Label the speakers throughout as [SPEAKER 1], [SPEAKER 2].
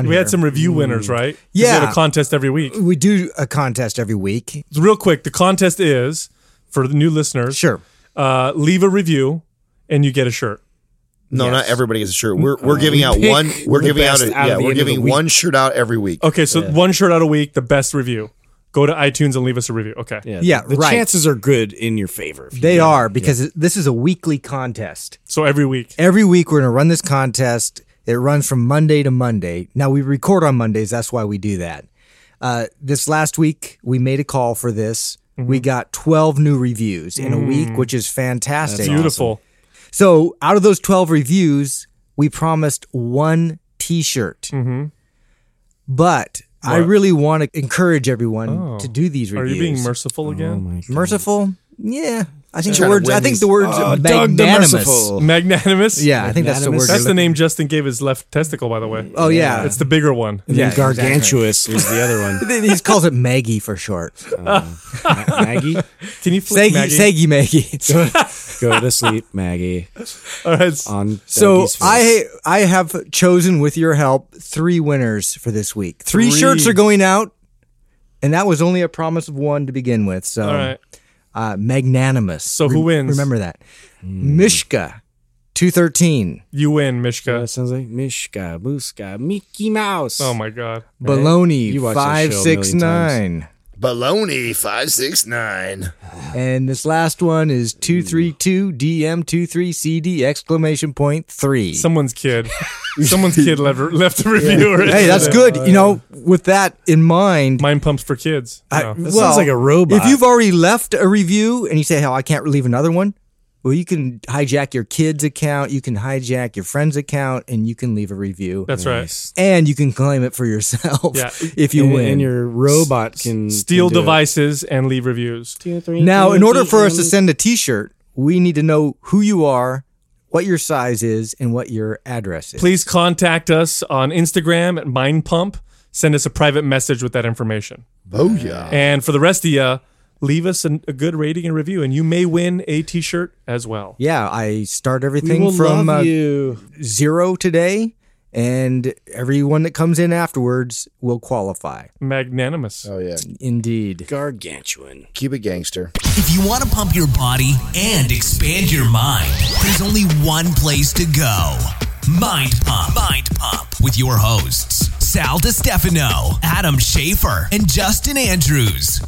[SPEAKER 1] We
[SPEAKER 2] here.
[SPEAKER 1] had some review winners, right? 'Cause We had
[SPEAKER 2] Mm. Yeah.
[SPEAKER 1] a contest every week.
[SPEAKER 2] We do a contest every week.
[SPEAKER 1] So real quick, the contest is for the new listeners.
[SPEAKER 2] Sure.
[SPEAKER 1] Uh, leave a review, and you get a shirt.
[SPEAKER 3] No,
[SPEAKER 2] Yes.
[SPEAKER 3] not everybody gets a shirt. We're we're giving
[SPEAKER 4] we
[SPEAKER 3] out
[SPEAKER 4] Mm-hmm. pick
[SPEAKER 3] one. We're
[SPEAKER 4] the
[SPEAKER 3] giving out
[SPEAKER 4] best
[SPEAKER 3] a,
[SPEAKER 4] out of
[SPEAKER 3] yeah.
[SPEAKER 4] the
[SPEAKER 3] We're
[SPEAKER 4] end of the
[SPEAKER 3] giving
[SPEAKER 4] week.
[SPEAKER 3] one shirt out every week.
[SPEAKER 1] Okay, so one shirt out a week, the best review. Go to iTunes and leave us a review. Okay.
[SPEAKER 2] Yeah,
[SPEAKER 4] the
[SPEAKER 2] right.
[SPEAKER 4] chances are good in your favor. if you
[SPEAKER 2] They
[SPEAKER 4] do.
[SPEAKER 2] are because this is a weekly contest.
[SPEAKER 1] So every week.
[SPEAKER 2] Every week we're going to run this contest. It runs from Monday to Monday. Now we record on Mondays. That's why we do that. Uh, this last week we made a call for this.
[SPEAKER 1] Mm-hmm.
[SPEAKER 2] We got 12 new reviews in a week, which is fantastic.
[SPEAKER 1] Mm. Beautiful.
[SPEAKER 2] So out of those 12 reviews, we promised one t shirt.
[SPEAKER 1] Mm-hmm.
[SPEAKER 2] But I really want to encourage everyone to do these
[SPEAKER 1] Oh. Are
[SPEAKER 2] reviews.
[SPEAKER 1] you being
[SPEAKER 2] Oh
[SPEAKER 1] merciful again?
[SPEAKER 2] merciful? Yeah. I think
[SPEAKER 3] Trying
[SPEAKER 2] the
[SPEAKER 3] to
[SPEAKER 2] words.
[SPEAKER 3] win
[SPEAKER 2] I think
[SPEAKER 3] these-
[SPEAKER 2] the words
[SPEAKER 4] Oh, Doug the
[SPEAKER 2] magnanimous.
[SPEAKER 4] Merciful.
[SPEAKER 1] Magnanimous?
[SPEAKER 2] Yeah, I think that's the word.
[SPEAKER 4] Magnanimous?
[SPEAKER 1] That's
[SPEAKER 2] you're
[SPEAKER 1] the name Justin gave his left testicle, by the way.
[SPEAKER 2] Oh, yeah.
[SPEAKER 1] It's the bigger one.
[SPEAKER 4] And
[SPEAKER 2] Yeah,
[SPEAKER 4] then gargantuous was the other one.
[SPEAKER 2] looking- he just calls it Maggie for short.
[SPEAKER 4] Ma- Maggie,
[SPEAKER 1] Can you flick
[SPEAKER 2] Saggy,
[SPEAKER 1] Maggie?
[SPEAKER 2] Saggy Maggie.
[SPEAKER 4] go to sleep, Maggie.
[SPEAKER 1] All right.
[SPEAKER 4] On
[SPEAKER 2] so
[SPEAKER 4] Dougie's face.
[SPEAKER 2] I I have chosen with your help three winners for this week. Three,
[SPEAKER 1] Three.
[SPEAKER 2] shirts are going out, and that was only a promise of one to begin with. So
[SPEAKER 1] All right.
[SPEAKER 2] uh, magnanimous. So
[SPEAKER 1] who wins?
[SPEAKER 2] Remember that. Mishka, two thirteen.
[SPEAKER 1] You win, Mishka.
[SPEAKER 4] That Uh, sounds like Mishka, Muska, Mickey Mouse.
[SPEAKER 1] Oh, my God.
[SPEAKER 2] Baloney,
[SPEAKER 4] You watch this
[SPEAKER 2] five
[SPEAKER 4] show a million
[SPEAKER 2] six nine.
[SPEAKER 3] Baloney five six nine.
[SPEAKER 2] And this last one is two three two DM two three CD exclamation point three.
[SPEAKER 1] Someone's kid. Someone's kid left, left a review. already.
[SPEAKER 2] hey, that's good. You know, with that in mind,
[SPEAKER 1] Mind pumps for kids.
[SPEAKER 2] I-
[SPEAKER 1] No.
[SPEAKER 4] That sounds like a robot.
[SPEAKER 2] If you've already left a review and you say, "Hell, I can't leave another one," well, you can hijack your kid's account, you can hijack your friend's account, and you can leave a review,
[SPEAKER 1] That's right.
[SPEAKER 2] and you can claim it for yourself
[SPEAKER 1] Yeah.
[SPEAKER 2] if you
[SPEAKER 4] and,
[SPEAKER 2] win.
[SPEAKER 4] and your robot can
[SPEAKER 1] Steal
[SPEAKER 4] can do it.
[SPEAKER 1] devices and leave reviews.
[SPEAKER 4] Two, three,
[SPEAKER 2] now,
[SPEAKER 4] two,
[SPEAKER 2] in order for
[SPEAKER 4] three,
[SPEAKER 2] us to
[SPEAKER 4] and-
[SPEAKER 2] send a T-shirt, we need to know who you are, what your size is, and what your address is.
[SPEAKER 1] Please contact us on Instagram at Mind Pump. Send us a private message with that information.
[SPEAKER 3] Booyah!
[SPEAKER 1] And for the rest of you, leave us an, a good rating and review, and you may win a t shirt as well.
[SPEAKER 2] Yeah, I start
[SPEAKER 4] we
[SPEAKER 2] everything
[SPEAKER 4] will
[SPEAKER 2] from
[SPEAKER 4] love
[SPEAKER 2] uh,
[SPEAKER 4] you.
[SPEAKER 2] zero today, and everyone that comes in afterwards will qualify.
[SPEAKER 1] Magnanimous.
[SPEAKER 3] Oh yeah,
[SPEAKER 2] Indeed.
[SPEAKER 4] Gargantuan.
[SPEAKER 3] Cuba gangster.
[SPEAKER 5] If you want to pump your body and expand your mind, there's only one place to go. Mind Pump. Mind Pump with your hosts, Sal DiStefano, Adam Schaefer, and Justin Andrews.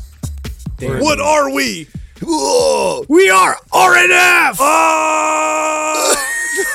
[SPEAKER 1] What are we?
[SPEAKER 3] Whoa!
[SPEAKER 4] We are RNF.
[SPEAKER 3] Ah!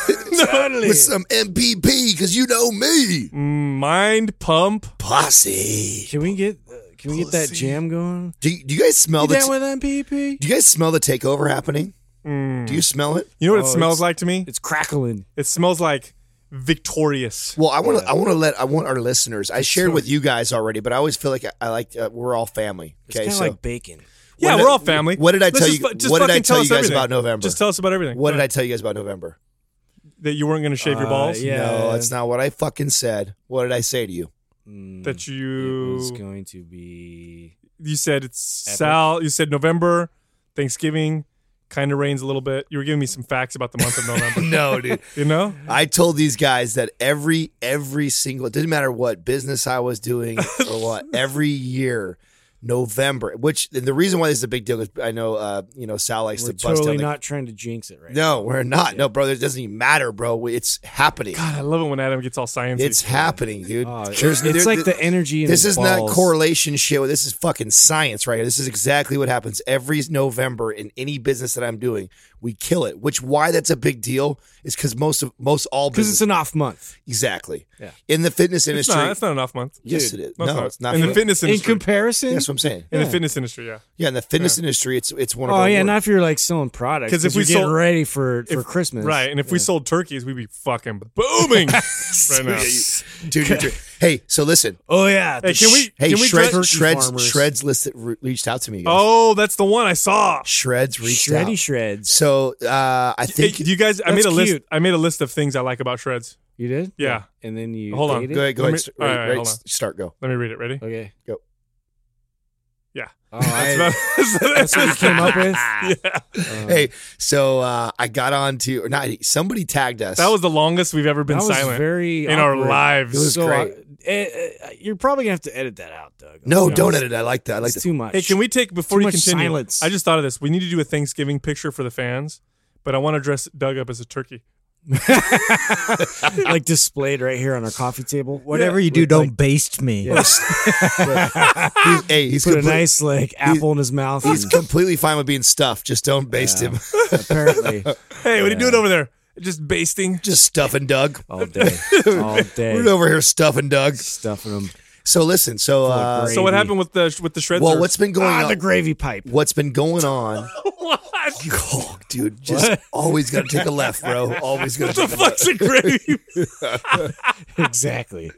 [SPEAKER 3] With some MPP, because you know me,
[SPEAKER 1] Mind pump.
[SPEAKER 3] posse.
[SPEAKER 4] Can we get uh, can we get that jam going?
[SPEAKER 3] Do you, do you guys smell
[SPEAKER 4] You
[SPEAKER 3] the?
[SPEAKER 4] down
[SPEAKER 3] T-
[SPEAKER 4] with MPP?
[SPEAKER 3] do you guys smell the takeover happening?
[SPEAKER 4] Mm.
[SPEAKER 3] Do you smell it?
[SPEAKER 1] You know what it
[SPEAKER 4] Oh,
[SPEAKER 1] smells
[SPEAKER 4] it's-
[SPEAKER 1] like to me?
[SPEAKER 4] It's crackling.
[SPEAKER 1] It smells like victorious.
[SPEAKER 3] Well, I want to. I want to let. I want our listeners. I shared with you guys already, but I always feel like I, I like. Uh, we're all family.
[SPEAKER 4] It's
[SPEAKER 3] Okay,
[SPEAKER 4] kind of
[SPEAKER 3] so
[SPEAKER 4] like bacon.
[SPEAKER 1] Yeah,
[SPEAKER 3] What
[SPEAKER 1] we're
[SPEAKER 3] did-
[SPEAKER 1] all family.
[SPEAKER 3] what did I
[SPEAKER 1] Let's
[SPEAKER 3] tell
[SPEAKER 1] just
[SPEAKER 3] you-
[SPEAKER 1] fu- just
[SPEAKER 3] what did I
[SPEAKER 1] fucking
[SPEAKER 3] tell you
[SPEAKER 1] us
[SPEAKER 3] guys
[SPEAKER 1] everything.
[SPEAKER 3] about November?
[SPEAKER 1] Just tell us about everything.
[SPEAKER 3] what did I tell you guys about November?
[SPEAKER 1] That you weren't going to shave your
[SPEAKER 4] Uh,
[SPEAKER 1] balls.
[SPEAKER 4] yeah.
[SPEAKER 3] No, that's not what I fucking said. What did I say to you?
[SPEAKER 1] That
[SPEAKER 4] It was
[SPEAKER 1] you
[SPEAKER 4] going to be
[SPEAKER 1] you said it's Sal. You said November, Thanksgiving, kind of rains a little bit. You were giving me some facts about the month of November.
[SPEAKER 3] No, dude.
[SPEAKER 1] you know,
[SPEAKER 3] I told these guys that every every single it didn't matter what business I was doing or what every year November, which and the reason why this is a big deal is I know uh, you know Sal likes to
[SPEAKER 4] we're
[SPEAKER 3] bust
[SPEAKER 4] totally
[SPEAKER 3] down the-
[SPEAKER 4] not trying to jinx it right now.
[SPEAKER 3] no, we're not. No, bro, it doesn't even matter, bro. It's happening.
[SPEAKER 1] I love it when Adam gets all sciencey.
[SPEAKER 3] it's happening, dude.
[SPEAKER 4] Oh,
[SPEAKER 3] There's-
[SPEAKER 4] it's
[SPEAKER 3] there-
[SPEAKER 4] like
[SPEAKER 3] there-
[SPEAKER 4] the energy in
[SPEAKER 3] This
[SPEAKER 4] his
[SPEAKER 3] is not
[SPEAKER 4] balls.
[SPEAKER 3] correlation shit. This is fucking science right here. This is exactly what happens every November in any business that I'm doing. We kill it. Which why that's a big deal is because most of most all
[SPEAKER 4] because it's
[SPEAKER 3] business
[SPEAKER 4] an off month
[SPEAKER 3] exactly
[SPEAKER 4] Yeah.
[SPEAKER 3] in the fitness
[SPEAKER 1] It's
[SPEAKER 3] industry.
[SPEAKER 1] not. It's not an off month.
[SPEAKER 3] yes, it is. No, it's not.
[SPEAKER 1] In
[SPEAKER 3] for
[SPEAKER 1] the
[SPEAKER 3] me.
[SPEAKER 1] fitness
[SPEAKER 4] in
[SPEAKER 1] industry.
[SPEAKER 4] comparison.
[SPEAKER 3] That's what I'm saying.
[SPEAKER 1] in the fitness industry, yeah.
[SPEAKER 3] Yeah, in the fitness industry, it's it's one of.
[SPEAKER 4] oh
[SPEAKER 3] our
[SPEAKER 4] yeah,
[SPEAKER 3] worst.
[SPEAKER 4] not if you're like selling products
[SPEAKER 1] 'Cause
[SPEAKER 4] because
[SPEAKER 1] if we
[SPEAKER 4] you're getting
[SPEAKER 1] sold-
[SPEAKER 4] ready for for
[SPEAKER 1] If-
[SPEAKER 4] Christmas,
[SPEAKER 1] right? And if we sold turkeys, we'd be fucking booming right now.
[SPEAKER 3] dude, dude, dude. Hey, so listen.
[SPEAKER 4] Oh yeah,
[SPEAKER 1] Hey,
[SPEAKER 4] the
[SPEAKER 1] can we?
[SPEAKER 4] sh-
[SPEAKER 3] Hey,
[SPEAKER 1] can we
[SPEAKER 3] Shred,
[SPEAKER 1] dra-
[SPEAKER 4] turkey
[SPEAKER 3] Shreds,
[SPEAKER 4] farmers.
[SPEAKER 3] Shreds list, re- reached out to me. guys.
[SPEAKER 1] Oh, that's the one I saw.
[SPEAKER 3] Shreds reached
[SPEAKER 4] shreddy
[SPEAKER 3] out.
[SPEAKER 4] shreds?
[SPEAKER 3] So uh, I
[SPEAKER 1] Hey,
[SPEAKER 3] think
[SPEAKER 1] do you guys? I
[SPEAKER 4] That's
[SPEAKER 1] made a list.
[SPEAKER 4] cute.
[SPEAKER 1] I made a list of things I like about shreds.
[SPEAKER 4] You did?
[SPEAKER 1] Yeah.
[SPEAKER 4] And then you
[SPEAKER 1] Hold on,
[SPEAKER 4] ate it?
[SPEAKER 3] go ahead, go
[SPEAKER 1] Let
[SPEAKER 3] ahead,
[SPEAKER 1] me-
[SPEAKER 3] st-
[SPEAKER 1] all
[SPEAKER 3] right,
[SPEAKER 1] right,
[SPEAKER 3] right,
[SPEAKER 1] hold on.
[SPEAKER 3] start go.
[SPEAKER 1] Let me read it. Ready?
[SPEAKER 4] Okay.
[SPEAKER 1] Yeah.
[SPEAKER 4] Oh, I,
[SPEAKER 1] That's about-
[SPEAKER 4] that's what you came up with. Oh.
[SPEAKER 1] yeah.
[SPEAKER 3] Hey, so uh, I got on to or not somebody tagged us.
[SPEAKER 1] That was the longest we've ever been
[SPEAKER 4] that was
[SPEAKER 1] silent
[SPEAKER 4] very
[SPEAKER 1] in our
[SPEAKER 4] awkward.
[SPEAKER 1] lives.
[SPEAKER 3] It was
[SPEAKER 4] so
[SPEAKER 3] great.
[SPEAKER 4] uh, uh, you're probably gonna have to edit that out, Doug.
[SPEAKER 3] no,
[SPEAKER 4] Yeah,
[SPEAKER 3] don't
[SPEAKER 4] it's-
[SPEAKER 3] edit. it. I like that. I like
[SPEAKER 4] It's
[SPEAKER 3] that.
[SPEAKER 4] too much.
[SPEAKER 1] Hey, can we take before you
[SPEAKER 4] much
[SPEAKER 1] continue?
[SPEAKER 4] silence.
[SPEAKER 1] I just thought of this. We need to do a Thanksgiving picture for the fans, but I want to dress Doug up as a turkey.
[SPEAKER 4] like displayed right here on our coffee table?
[SPEAKER 2] Whatever you do,
[SPEAKER 4] With,
[SPEAKER 2] don't baste me.
[SPEAKER 3] He's- Ah, hey, he's
[SPEAKER 4] Like, put a
[SPEAKER 3] complete-
[SPEAKER 4] nice like apple in his mouth.
[SPEAKER 3] He's
[SPEAKER 4] and-
[SPEAKER 3] completely fine with being stuffed. Just don't baste him.
[SPEAKER 4] apparently
[SPEAKER 1] Hey, what are you doing over there? Just basting.
[SPEAKER 3] Just stuffing Doug.
[SPEAKER 4] all day, all
[SPEAKER 3] We're
[SPEAKER 4] day
[SPEAKER 3] over here stuffing Doug.
[SPEAKER 4] stuffing him.
[SPEAKER 3] So listen. So uh,
[SPEAKER 1] So what
[SPEAKER 4] Gravy.
[SPEAKER 1] happened with the with the shreds?
[SPEAKER 3] well, what's been going
[SPEAKER 4] Ah,
[SPEAKER 3] on?
[SPEAKER 4] the gravy pipe.
[SPEAKER 3] what's been going on?
[SPEAKER 1] what?
[SPEAKER 3] Oh, dude, just always gotta take a left, bro. Always gotta
[SPEAKER 1] the
[SPEAKER 3] take a left.
[SPEAKER 1] fuck's a gravy?
[SPEAKER 4] exactly.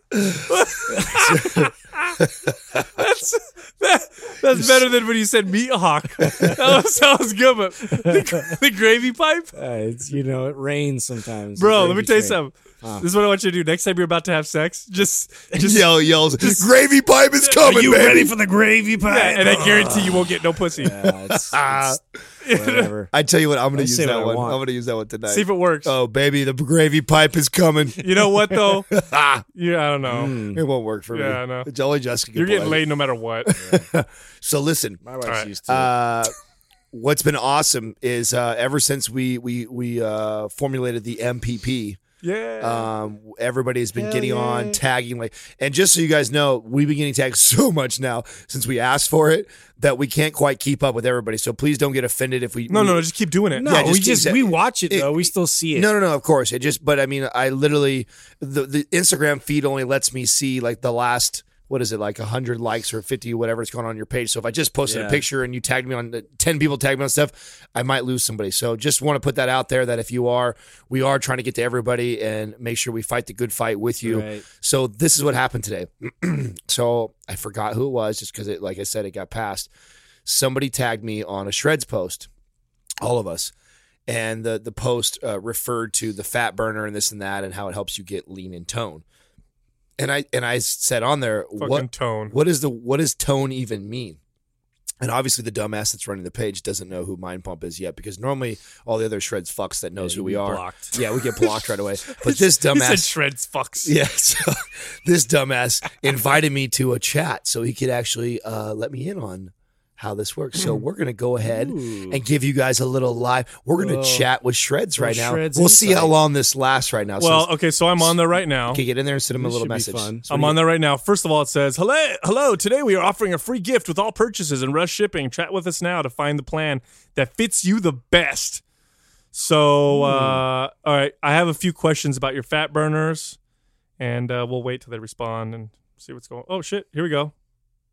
[SPEAKER 1] That- that's better than when you said meat hawk. That was, that was good, but the, the gravy pipe,
[SPEAKER 4] Uh, it's, you know, it rains sometimes.
[SPEAKER 1] bro. Let
[SPEAKER 4] The
[SPEAKER 1] me
[SPEAKER 4] gravy
[SPEAKER 1] tell you
[SPEAKER 4] train.
[SPEAKER 1] something. This is what I want you to do next time you're about to have sex. Just, just
[SPEAKER 3] Yell yells. Gravy pipe is coming, baby.
[SPEAKER 4] the gravy pipe?
[SPEAKER 1] and I guarantee you won't get no pussy.
[SPEAKER 4] Yeah, it's,
[SPEAKER 1] Uh,
[SPEAKER 4] it's whatever.
[SPEAKER 3] I tell you what, I'm gonna
[SPEAKER 4] I
[SPEAKER 3] use
[SPEAKER 4] say
[SPEAKER 3] that
[SPEAKER 4] what I
[SPEAKER 3] one.
[SPEAKER 4] want.
[SPEAKER 3] I'm gonna use that one tonight.
[SPEAKER 1] See if it works.
[SPEAKER 3] oh, baby, the gravy pipe is coming.
[SPEAKER 1] You know what though?
[SPEAKER 3] ah,
[SPEAKER 1] Yeah, I don't know.
[SPEAKER 3] it won't work for me.
[SPEAKER 1] Yeah, I know.
[SPEAKER 3] It's only Jessica.
[SPEAKER 1] You're getting
[SPEAKER 3] play.
[SPEAKER 1] laid no matter what.
[SPEAKER 3] So listen,
[SPEAKER 4] My wife's
[SPEAKER 1] Alright.
[SPEAKER 4] used to. it.
[SPEAKER 3] uh, what's been awesome is uh, ever since we we we uh, formulated the MPP,
[SPEAKER 1] Yeah.
[SPEAKER 3] um, everybody's been getting on tagging like, and just so you guys know, we've been getting tagged so much now since we asked for it that we can't quite keep up with everybody. So please don't get offended if we
[SPEAKER 1] no,
[SPEAKER 3] we-
[SPEAKER 1] no, no. Just keep doing it.
[SPEAKER 4] no,
[SPEAKER 3] yeah, just
[SPEAKER 4] we
[SPEAKER 3] keep
[SPEAKER 4] just
[SPEAKER 3] saying-
[SPEAKER 4] we watch it,
[SPEAKER 3] it-
[SPEAKER 4] though. We still see it.
[SPEAKER 3] No, no, no. Of course, it just. But I mean, I literally the the Instagram feed only lets me see like the last what is it like hundred likes or fifty whatever it's going on your page. So if I just posted a
[SPEAKER 4] Yeah.
[SPEAKER 3] picture and you tagged me on uh, ten people tagged me on stuff, I might lose somebody. So just want to put that out there that if you are, we are trying to get to everybody and make sure we fight the good fight with you.
[SPEAKER 4] Right.
[SPEAKER 3] So this is what happened today. so I forgot who it was just because it, like I said, it got passed. Somebody tagged me on a shreds post, all of us, and the the post uh, referred to the fat burner and this and that and how it helps you get lean in tone. And I and I said on there,
[SPEAKER 1] Fucking
[SPEAKER 3] what
[SPEAKER 1] tone.
[SPEAKER 3] what is the what does tone even mean? And obviously, the dumbass that's running the page doesn't know who Mind Pump is yet because normally all the other shreds fucks that knows who we are.
[SPEAKER 4] blocked.
[SPEAKER 3] Yeah, we get blocked right away. But this dumbass
[SPEAKER 1] He said shreds fucks.
[SPEAKER 3] yeah, so this dumbass invited me to a chat so he could actually uh, let me in on how this works.
[SPEAKER 4] Hmm.
[SPEAKER 3] So we're gonna go ahead and give you guys a little live. We're gonna
[SPEAKER 4] Well,
[SPEAKER 3] chat with Shreds right now.
[SPEAKER 4] Shreds
[SPEAKER 3] we'll see how
[SPEAKER 4] insight.
[SPEAKER 3] long this lasts right now.
[SPEAKER 1] Well,
[SPEAKER 3] so
[SPEAKER 1] okay, so I'm on there right now.
[SPEAKER 3] okay, get in there and send him a
[SPEAKER 4] This
[SPEAKER 3] little
[SPEAKER 4] should
[SPEAKER 3] message.
[SPEAKER 4] be fun.
[SPEAKER 1] I'm on there right now. First of all, it says, "Hello, hello. Today we are offering a free gift with all purchases and rush shipping. Chat with us now to find the plan that fits you the best." So, uh, all right, I have a few questions about your fat burners, and uh, we'll wait till they respond and see what's going. Oh shit! Here we go.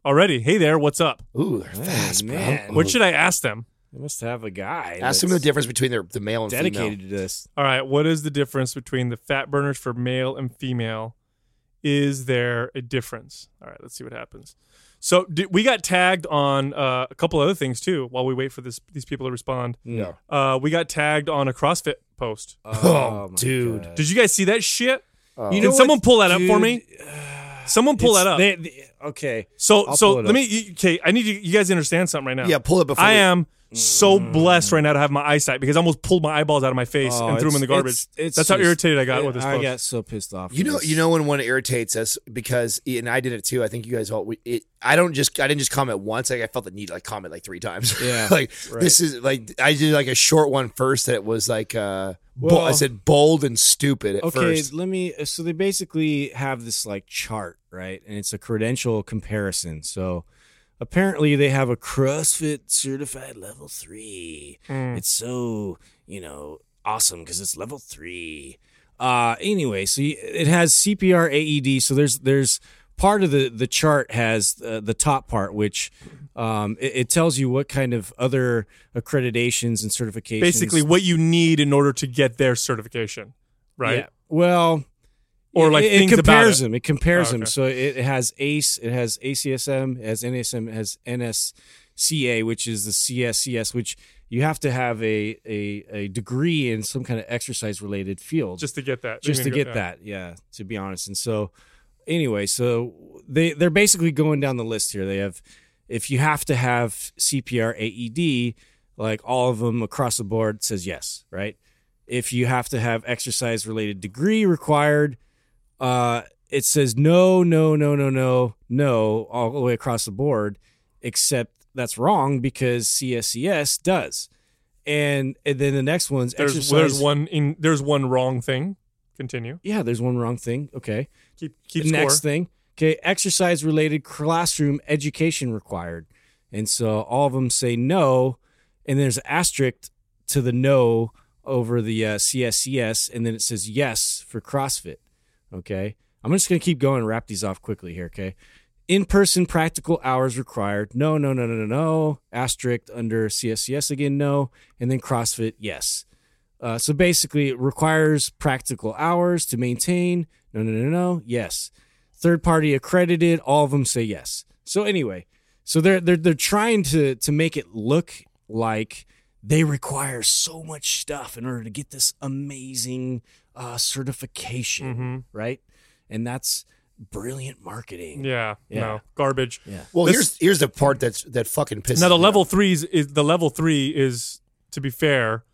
[SPEAKER 1] Already, hey there, what's up?
[SPEAKER 3] Ooh, they're fast,
[SPEAKER 4] man.
[SPEAKER 3] bro.
[SPEAKER 1] What should I ask them?
[SPEAKER 4] They must have a guy.
[SPEAKER 3] Ask them the
[SPEAKER 4] that's
[SPEAKER 3] difference between their, the male and
[SPEAKER 4] dedicated to this.
[SPEAKER 1] All right, what is the difference between the fat burners for male and female? Is there a difference? All right, let's see what happens. So d- we got tagged on uh, a couple other things too. While we wait for this, these people to respond,
[SPEAKER 3] female.
[SPEAKER 1] uh, we got tagged on a CrossFit post.
[SPEAKER 3] Oh,
[SPEAKER 4] my
[SPEAKER 3] dude.
[SPEAKER 4] God.
[SPEAKER 1] Did you guys see that shit?
[SPEAKER 4] You
[SPEAKER 1] Can
[SPEAKER 4] know
[SPEAKER 1] someone
[SPEAKER 4] what,
[SPEAKER 1] pull that up for
[SPEAKER 4] dude?
[SPEAKER 1] me? Someone pull
[SPEAKER 4] It's-
[SPEAKER 1] that up.
[SPEAKER 4] they- they- okay.
[SPEAKER 1] so
[SPEAKER 4] I'll
[SPEAKER 1] so
[SPEAKER 4] pull it
[SPEAKER 1] let
[SPEAKER 4] up.
[SPEAKER 1] me. you- Okay, I need you. You guys understand something right now?
[SPEAKER 3] No. Yeah, pull it before
[SPEAKER 1] I
[SPEAKER 3] we-
[SPEAKER 1] am so
[SPEAKER 4] Mm.
[SPEAKER 1] blessed right now to have my eyesight because I almost pulled my eyeballs out of my face
[SPEAKER 4] Oh,
[SPEAKER 1] and threw them in
[SPEAKER 4] it's-
[SPEAKER 1] the garbage.
[SPEAKER 4] it's- it's
[SPEAKER 1] That's how
[SPEAKER 4] just-
[SPEAKER 1] irritated I got with this.
[SPEAKER 4] I
[SPEAKER 1] post.
[SPEAKER 4] got so pissed off.
[SPEAKER 3] You
[SPEAKER 4] with
[SPEAKER 3] know,
[SPEAKER 4] this.
[SPEAKER 3] you know when one irritates us because, and I did it too. I think you guys all. We, it, I don't just. I didn't just comment once. Like I felt the need to like comment like three times.
[SPEAKER 4] Yeah,
[SPEAKER 3] like
[SPEAKER 4] right.
[SPEAKER 3] this is like I did like a short one first that was like uh, bo- I
[SPEAKER 4] Well-
[SPEAKER 3] said bold and stupid at
[SPEAKER 4] Okay,
[SPEAKER 3] first.
[SPEAKER 4] let me. uh, So they basically have this like chart, right? And it's a credential comparison. So apparently they have a CrossFit certified level three.
[SPEAKER 1] Hmm.
[SPEAKER 4] It's so you know awesome because it's level three. Uh, anyway, so you, it has CPR AED. E So there's there's part of the the chart has uh, the top part which um, it, it tells you what kind of other accreditations and certifications
[SPEAKER 1] basically what you need in order to get their certification, right?
[SPEAKER 4] Yeah. Well,
[SPEAKER 1] Or,
[SPEAKER 4] it-
[SPEAKER 1] like,
[SPEAKER 4] it,
[SPEAKER 1] things about
[SPEAKER 4] compares
[SPEAKER 1] it.
[SPEAKER 4] them. It compares
[SPEAKER 1] Oh,
[SPEAKER 4] them.
[SPEAKER 1] okay.
[SPEAKER 4] So it, it has ACE, it has ACSM, it has NASM, it has NSCA, which is the CSCS, which you have to have a a, a degree in some kind of exercise related field
[SPEAKER 1] Just to get that.
[SPEAKER 4] just to get that. Yeah, to be honest. And so anyway, so they they're basically going down the list here. They have if you have to have CPR AED, E like all of them across the board says yes, right? If you have to have exercise related degree required, uh, it says no, no, no, no, no, no, all the way across the board, except that's wrong because CSCS does. And, and then the next one's
[SPEAKER 1] There's
[SPEAKER 4] exercise.
[SPEAKER 1] there's one in there's one wrong thing. Continue.
[SPEAKER 4] Yeah, there's one wrong thing. Okay.
[SPEAKER 1] Keep keep
[SPEAKER 4] the
[SPEAKER 1] score.
[SPEAKER 4] next thing. Okay, exercise related classroom education required. And so all of them say no, and there's an asterisk to the no over the uh, CSCS, and then it says yes for CrossFit. Okay, I'm just gonna keep going and wrap these off quickly here. Okay, in person practical hours required. No, no, no, no, no, no. Asterisk under CSCS again. No, and then CrossFit. Yes. Uh, so basically, it requires practical hours to maintain. No, no, no, no. Yes. Third party accredited. All of them say yes. So anyway, so they're they're they're trying to to make it look like they require so much stuff in order to get this amazing uh, certification, right? And that's brilliant marketing.
[SPEAKER 1] Yeah,
[SPEAKER 4] Yeah.
[SPEAKER 1] No. Garbage.
[SPEAKER 4] Yeah.
[SPEAKER 3] Well,
[SPEAKER 1] This-
[SPEAKER 3] here's here's the part that's that fucking pisses.
[SPEAKER 1] Now the
[SPEAKER 3] me
[SPEAKER 1] level
[SPEAKER 3] off.
[SPEAKER 1] three is, is the level three is to be fair,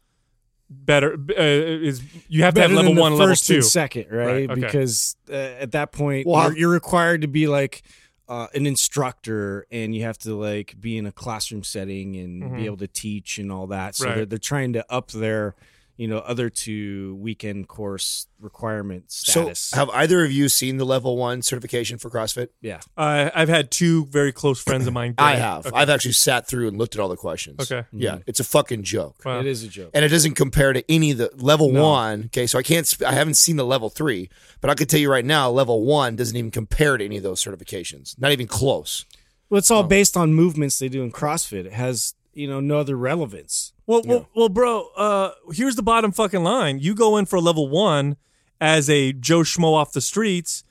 [SPEAKER 1] better uh, is you have to have
[SPEAKER 4] Better
[SPEAKER 1] level
[SPEAKER 4] than the
[SPEAKER 1] one, and level
[SPEAKER 4] first
[SPEAKER 1] two.
[SPEAKER 4] and second, right?
[SPEAKER 1] Right, okay.
[SPEAKER 4] Because uh, at that point,
[SPEAKER 3] Well,
[SPEAKER 4] you're,
[SPEAKER 3] I've-
[SPEAKER 4] you're required to be like uh, an instructor, and you have to like be in a classroom setting and
[SPEAKER 1] Mhm.
[SPEAKER 4] be able to teach and all that. So
[SPEAKER 1] Right.
[SPEAKER 4] they're, they're trying to up their, you know, other two weekend course requirement status.
[SPEAKER 3] So, have either of you seen the level one certification for CrossFit?
[SPEAKER 4] yeah,
[SPEAKER 1] I I've had two very close friends of mine.
[SPEAKER 3] I
[SPEAKER 1] get it.
[SPEAKER 3] have.
[SPEAKER 1] Okay.
[SPEAKER 3] I've actually sat through and looked at all the questions.
[SPEAKER 1] Okay.
[SPEAKER 3] Yeah, it's a fucking joke.
[SPEAKER 1] Wow.
[SPEAKER 4] it is a joke.
[SPEAKER 3] and it doesn't compare to any of the level
[SPEAKER 4] No.
[SPEAKER 3] one. Okay, so I can't. sp- I haven't seen the level three, but I can tell you right now, level one doesn't even compare to any of those certifications. Not even close.
[SPEAKER 4] Well, it's all based on movements they do in CrossFit. It has you know no other relevance.
[SPEAKER 1] Well, well, well, bro. Uh, here's the bottom fucking line. You go in for level one as a Joe Schmo off the streets,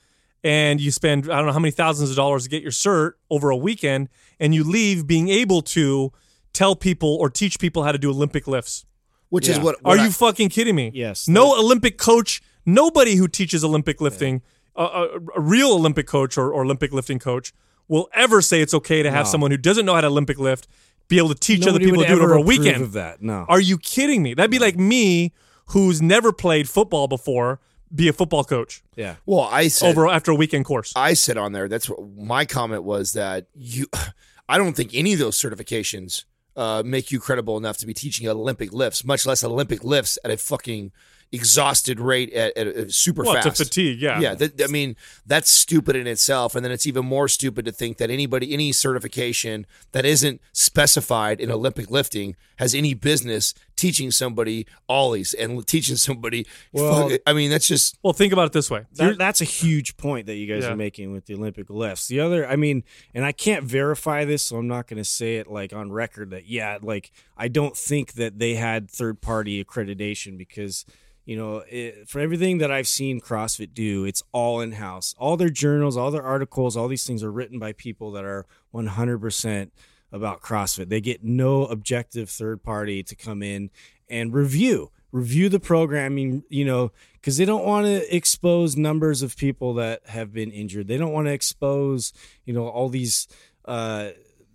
[SPEAKER 1] and you spend I don't know how many thousands of dollars to get your cert over a weekend, and you leave being able to tell people or teach people how to do Olympic lifts.
[SPEAKER 3] Which is
[SPEAKER 4] Yeah.
[SPEAKER 3] what,
[SPEAKER 1] Are
[SPEAKER 3] what I-
[SPEAKER 1] you fucking kidding me?
[SPEAKER 4] Yes.
[SPEAKER 1] No Olympic coach. Nobody who teaches Olympic lifting, a, a, a real Olympic coach or, or Olympic lifting coach, will ever say it's okay to have someone who doesn't know how to Olympic lift be able to teach
[SPEAKER 4] Nobody
[SPEAKER 1] other people
[SPEAKER 4] would
[SPEAKER 1] to do it over
[SPEAKER 4] ever
[SPEAKER 1] a
[SPEAKER 4] approve
[SPEAKER 1] weekend.
[SPEAKER 4] of that. No,
[SPEAKER 1] Are you kidding me? That'd be like me, who's never played football before, be a football coach
[SPEAKER 4] yeah,
[SPEAKER 3] Well, I said.
[SPEAKER 1] over after a weekend course.
[SPEAKER 3] I said on there. That's what my comment was. That you, I don't think any of those certifications uh, make you credible enough to be teaching Olympic lifts, much less Olympic lifts at a fucking exhausted rate at, at, at super
[SPEAKER 1] well,
[SPEAKER 3] fast.
[SPEAKER 1] it's a fatigue, yeah.
[SPEAKER 3] Yeah, that, I mean that's stupid in itself, and then it's even more stupid to think that anybody, any certification that isn't specified in Olympic lifting, has any business teaching somebody ollies and teaching somebody.
[SPEAKER 4] Well-
[SPEAKER 3] fuck- I mean that's just
[SPEAKER 1] Well, think about it this way.
[SPEAKER 4] That,
[SPEAKER 1] Here-
[SPEAKER 4] that's a huge point that you guys
[SPEAKER 1] Yeah.
[SPEAKER 4] are making with the Olympic lifts. The other, I mean, and I can't verify this, so I'm not going to say it like on record that yeah, like I don't think that they had third party accreditation because you know it, for everything that I've seen CrossFit do, it's all in house. All their journals, all their articles, all these things are written by people that are 100 percent about CrossFit. They get no objective third party to come in and review review the programming you know because they don't want to expose numbers of people that have been injured they don't want to expose you know all these uh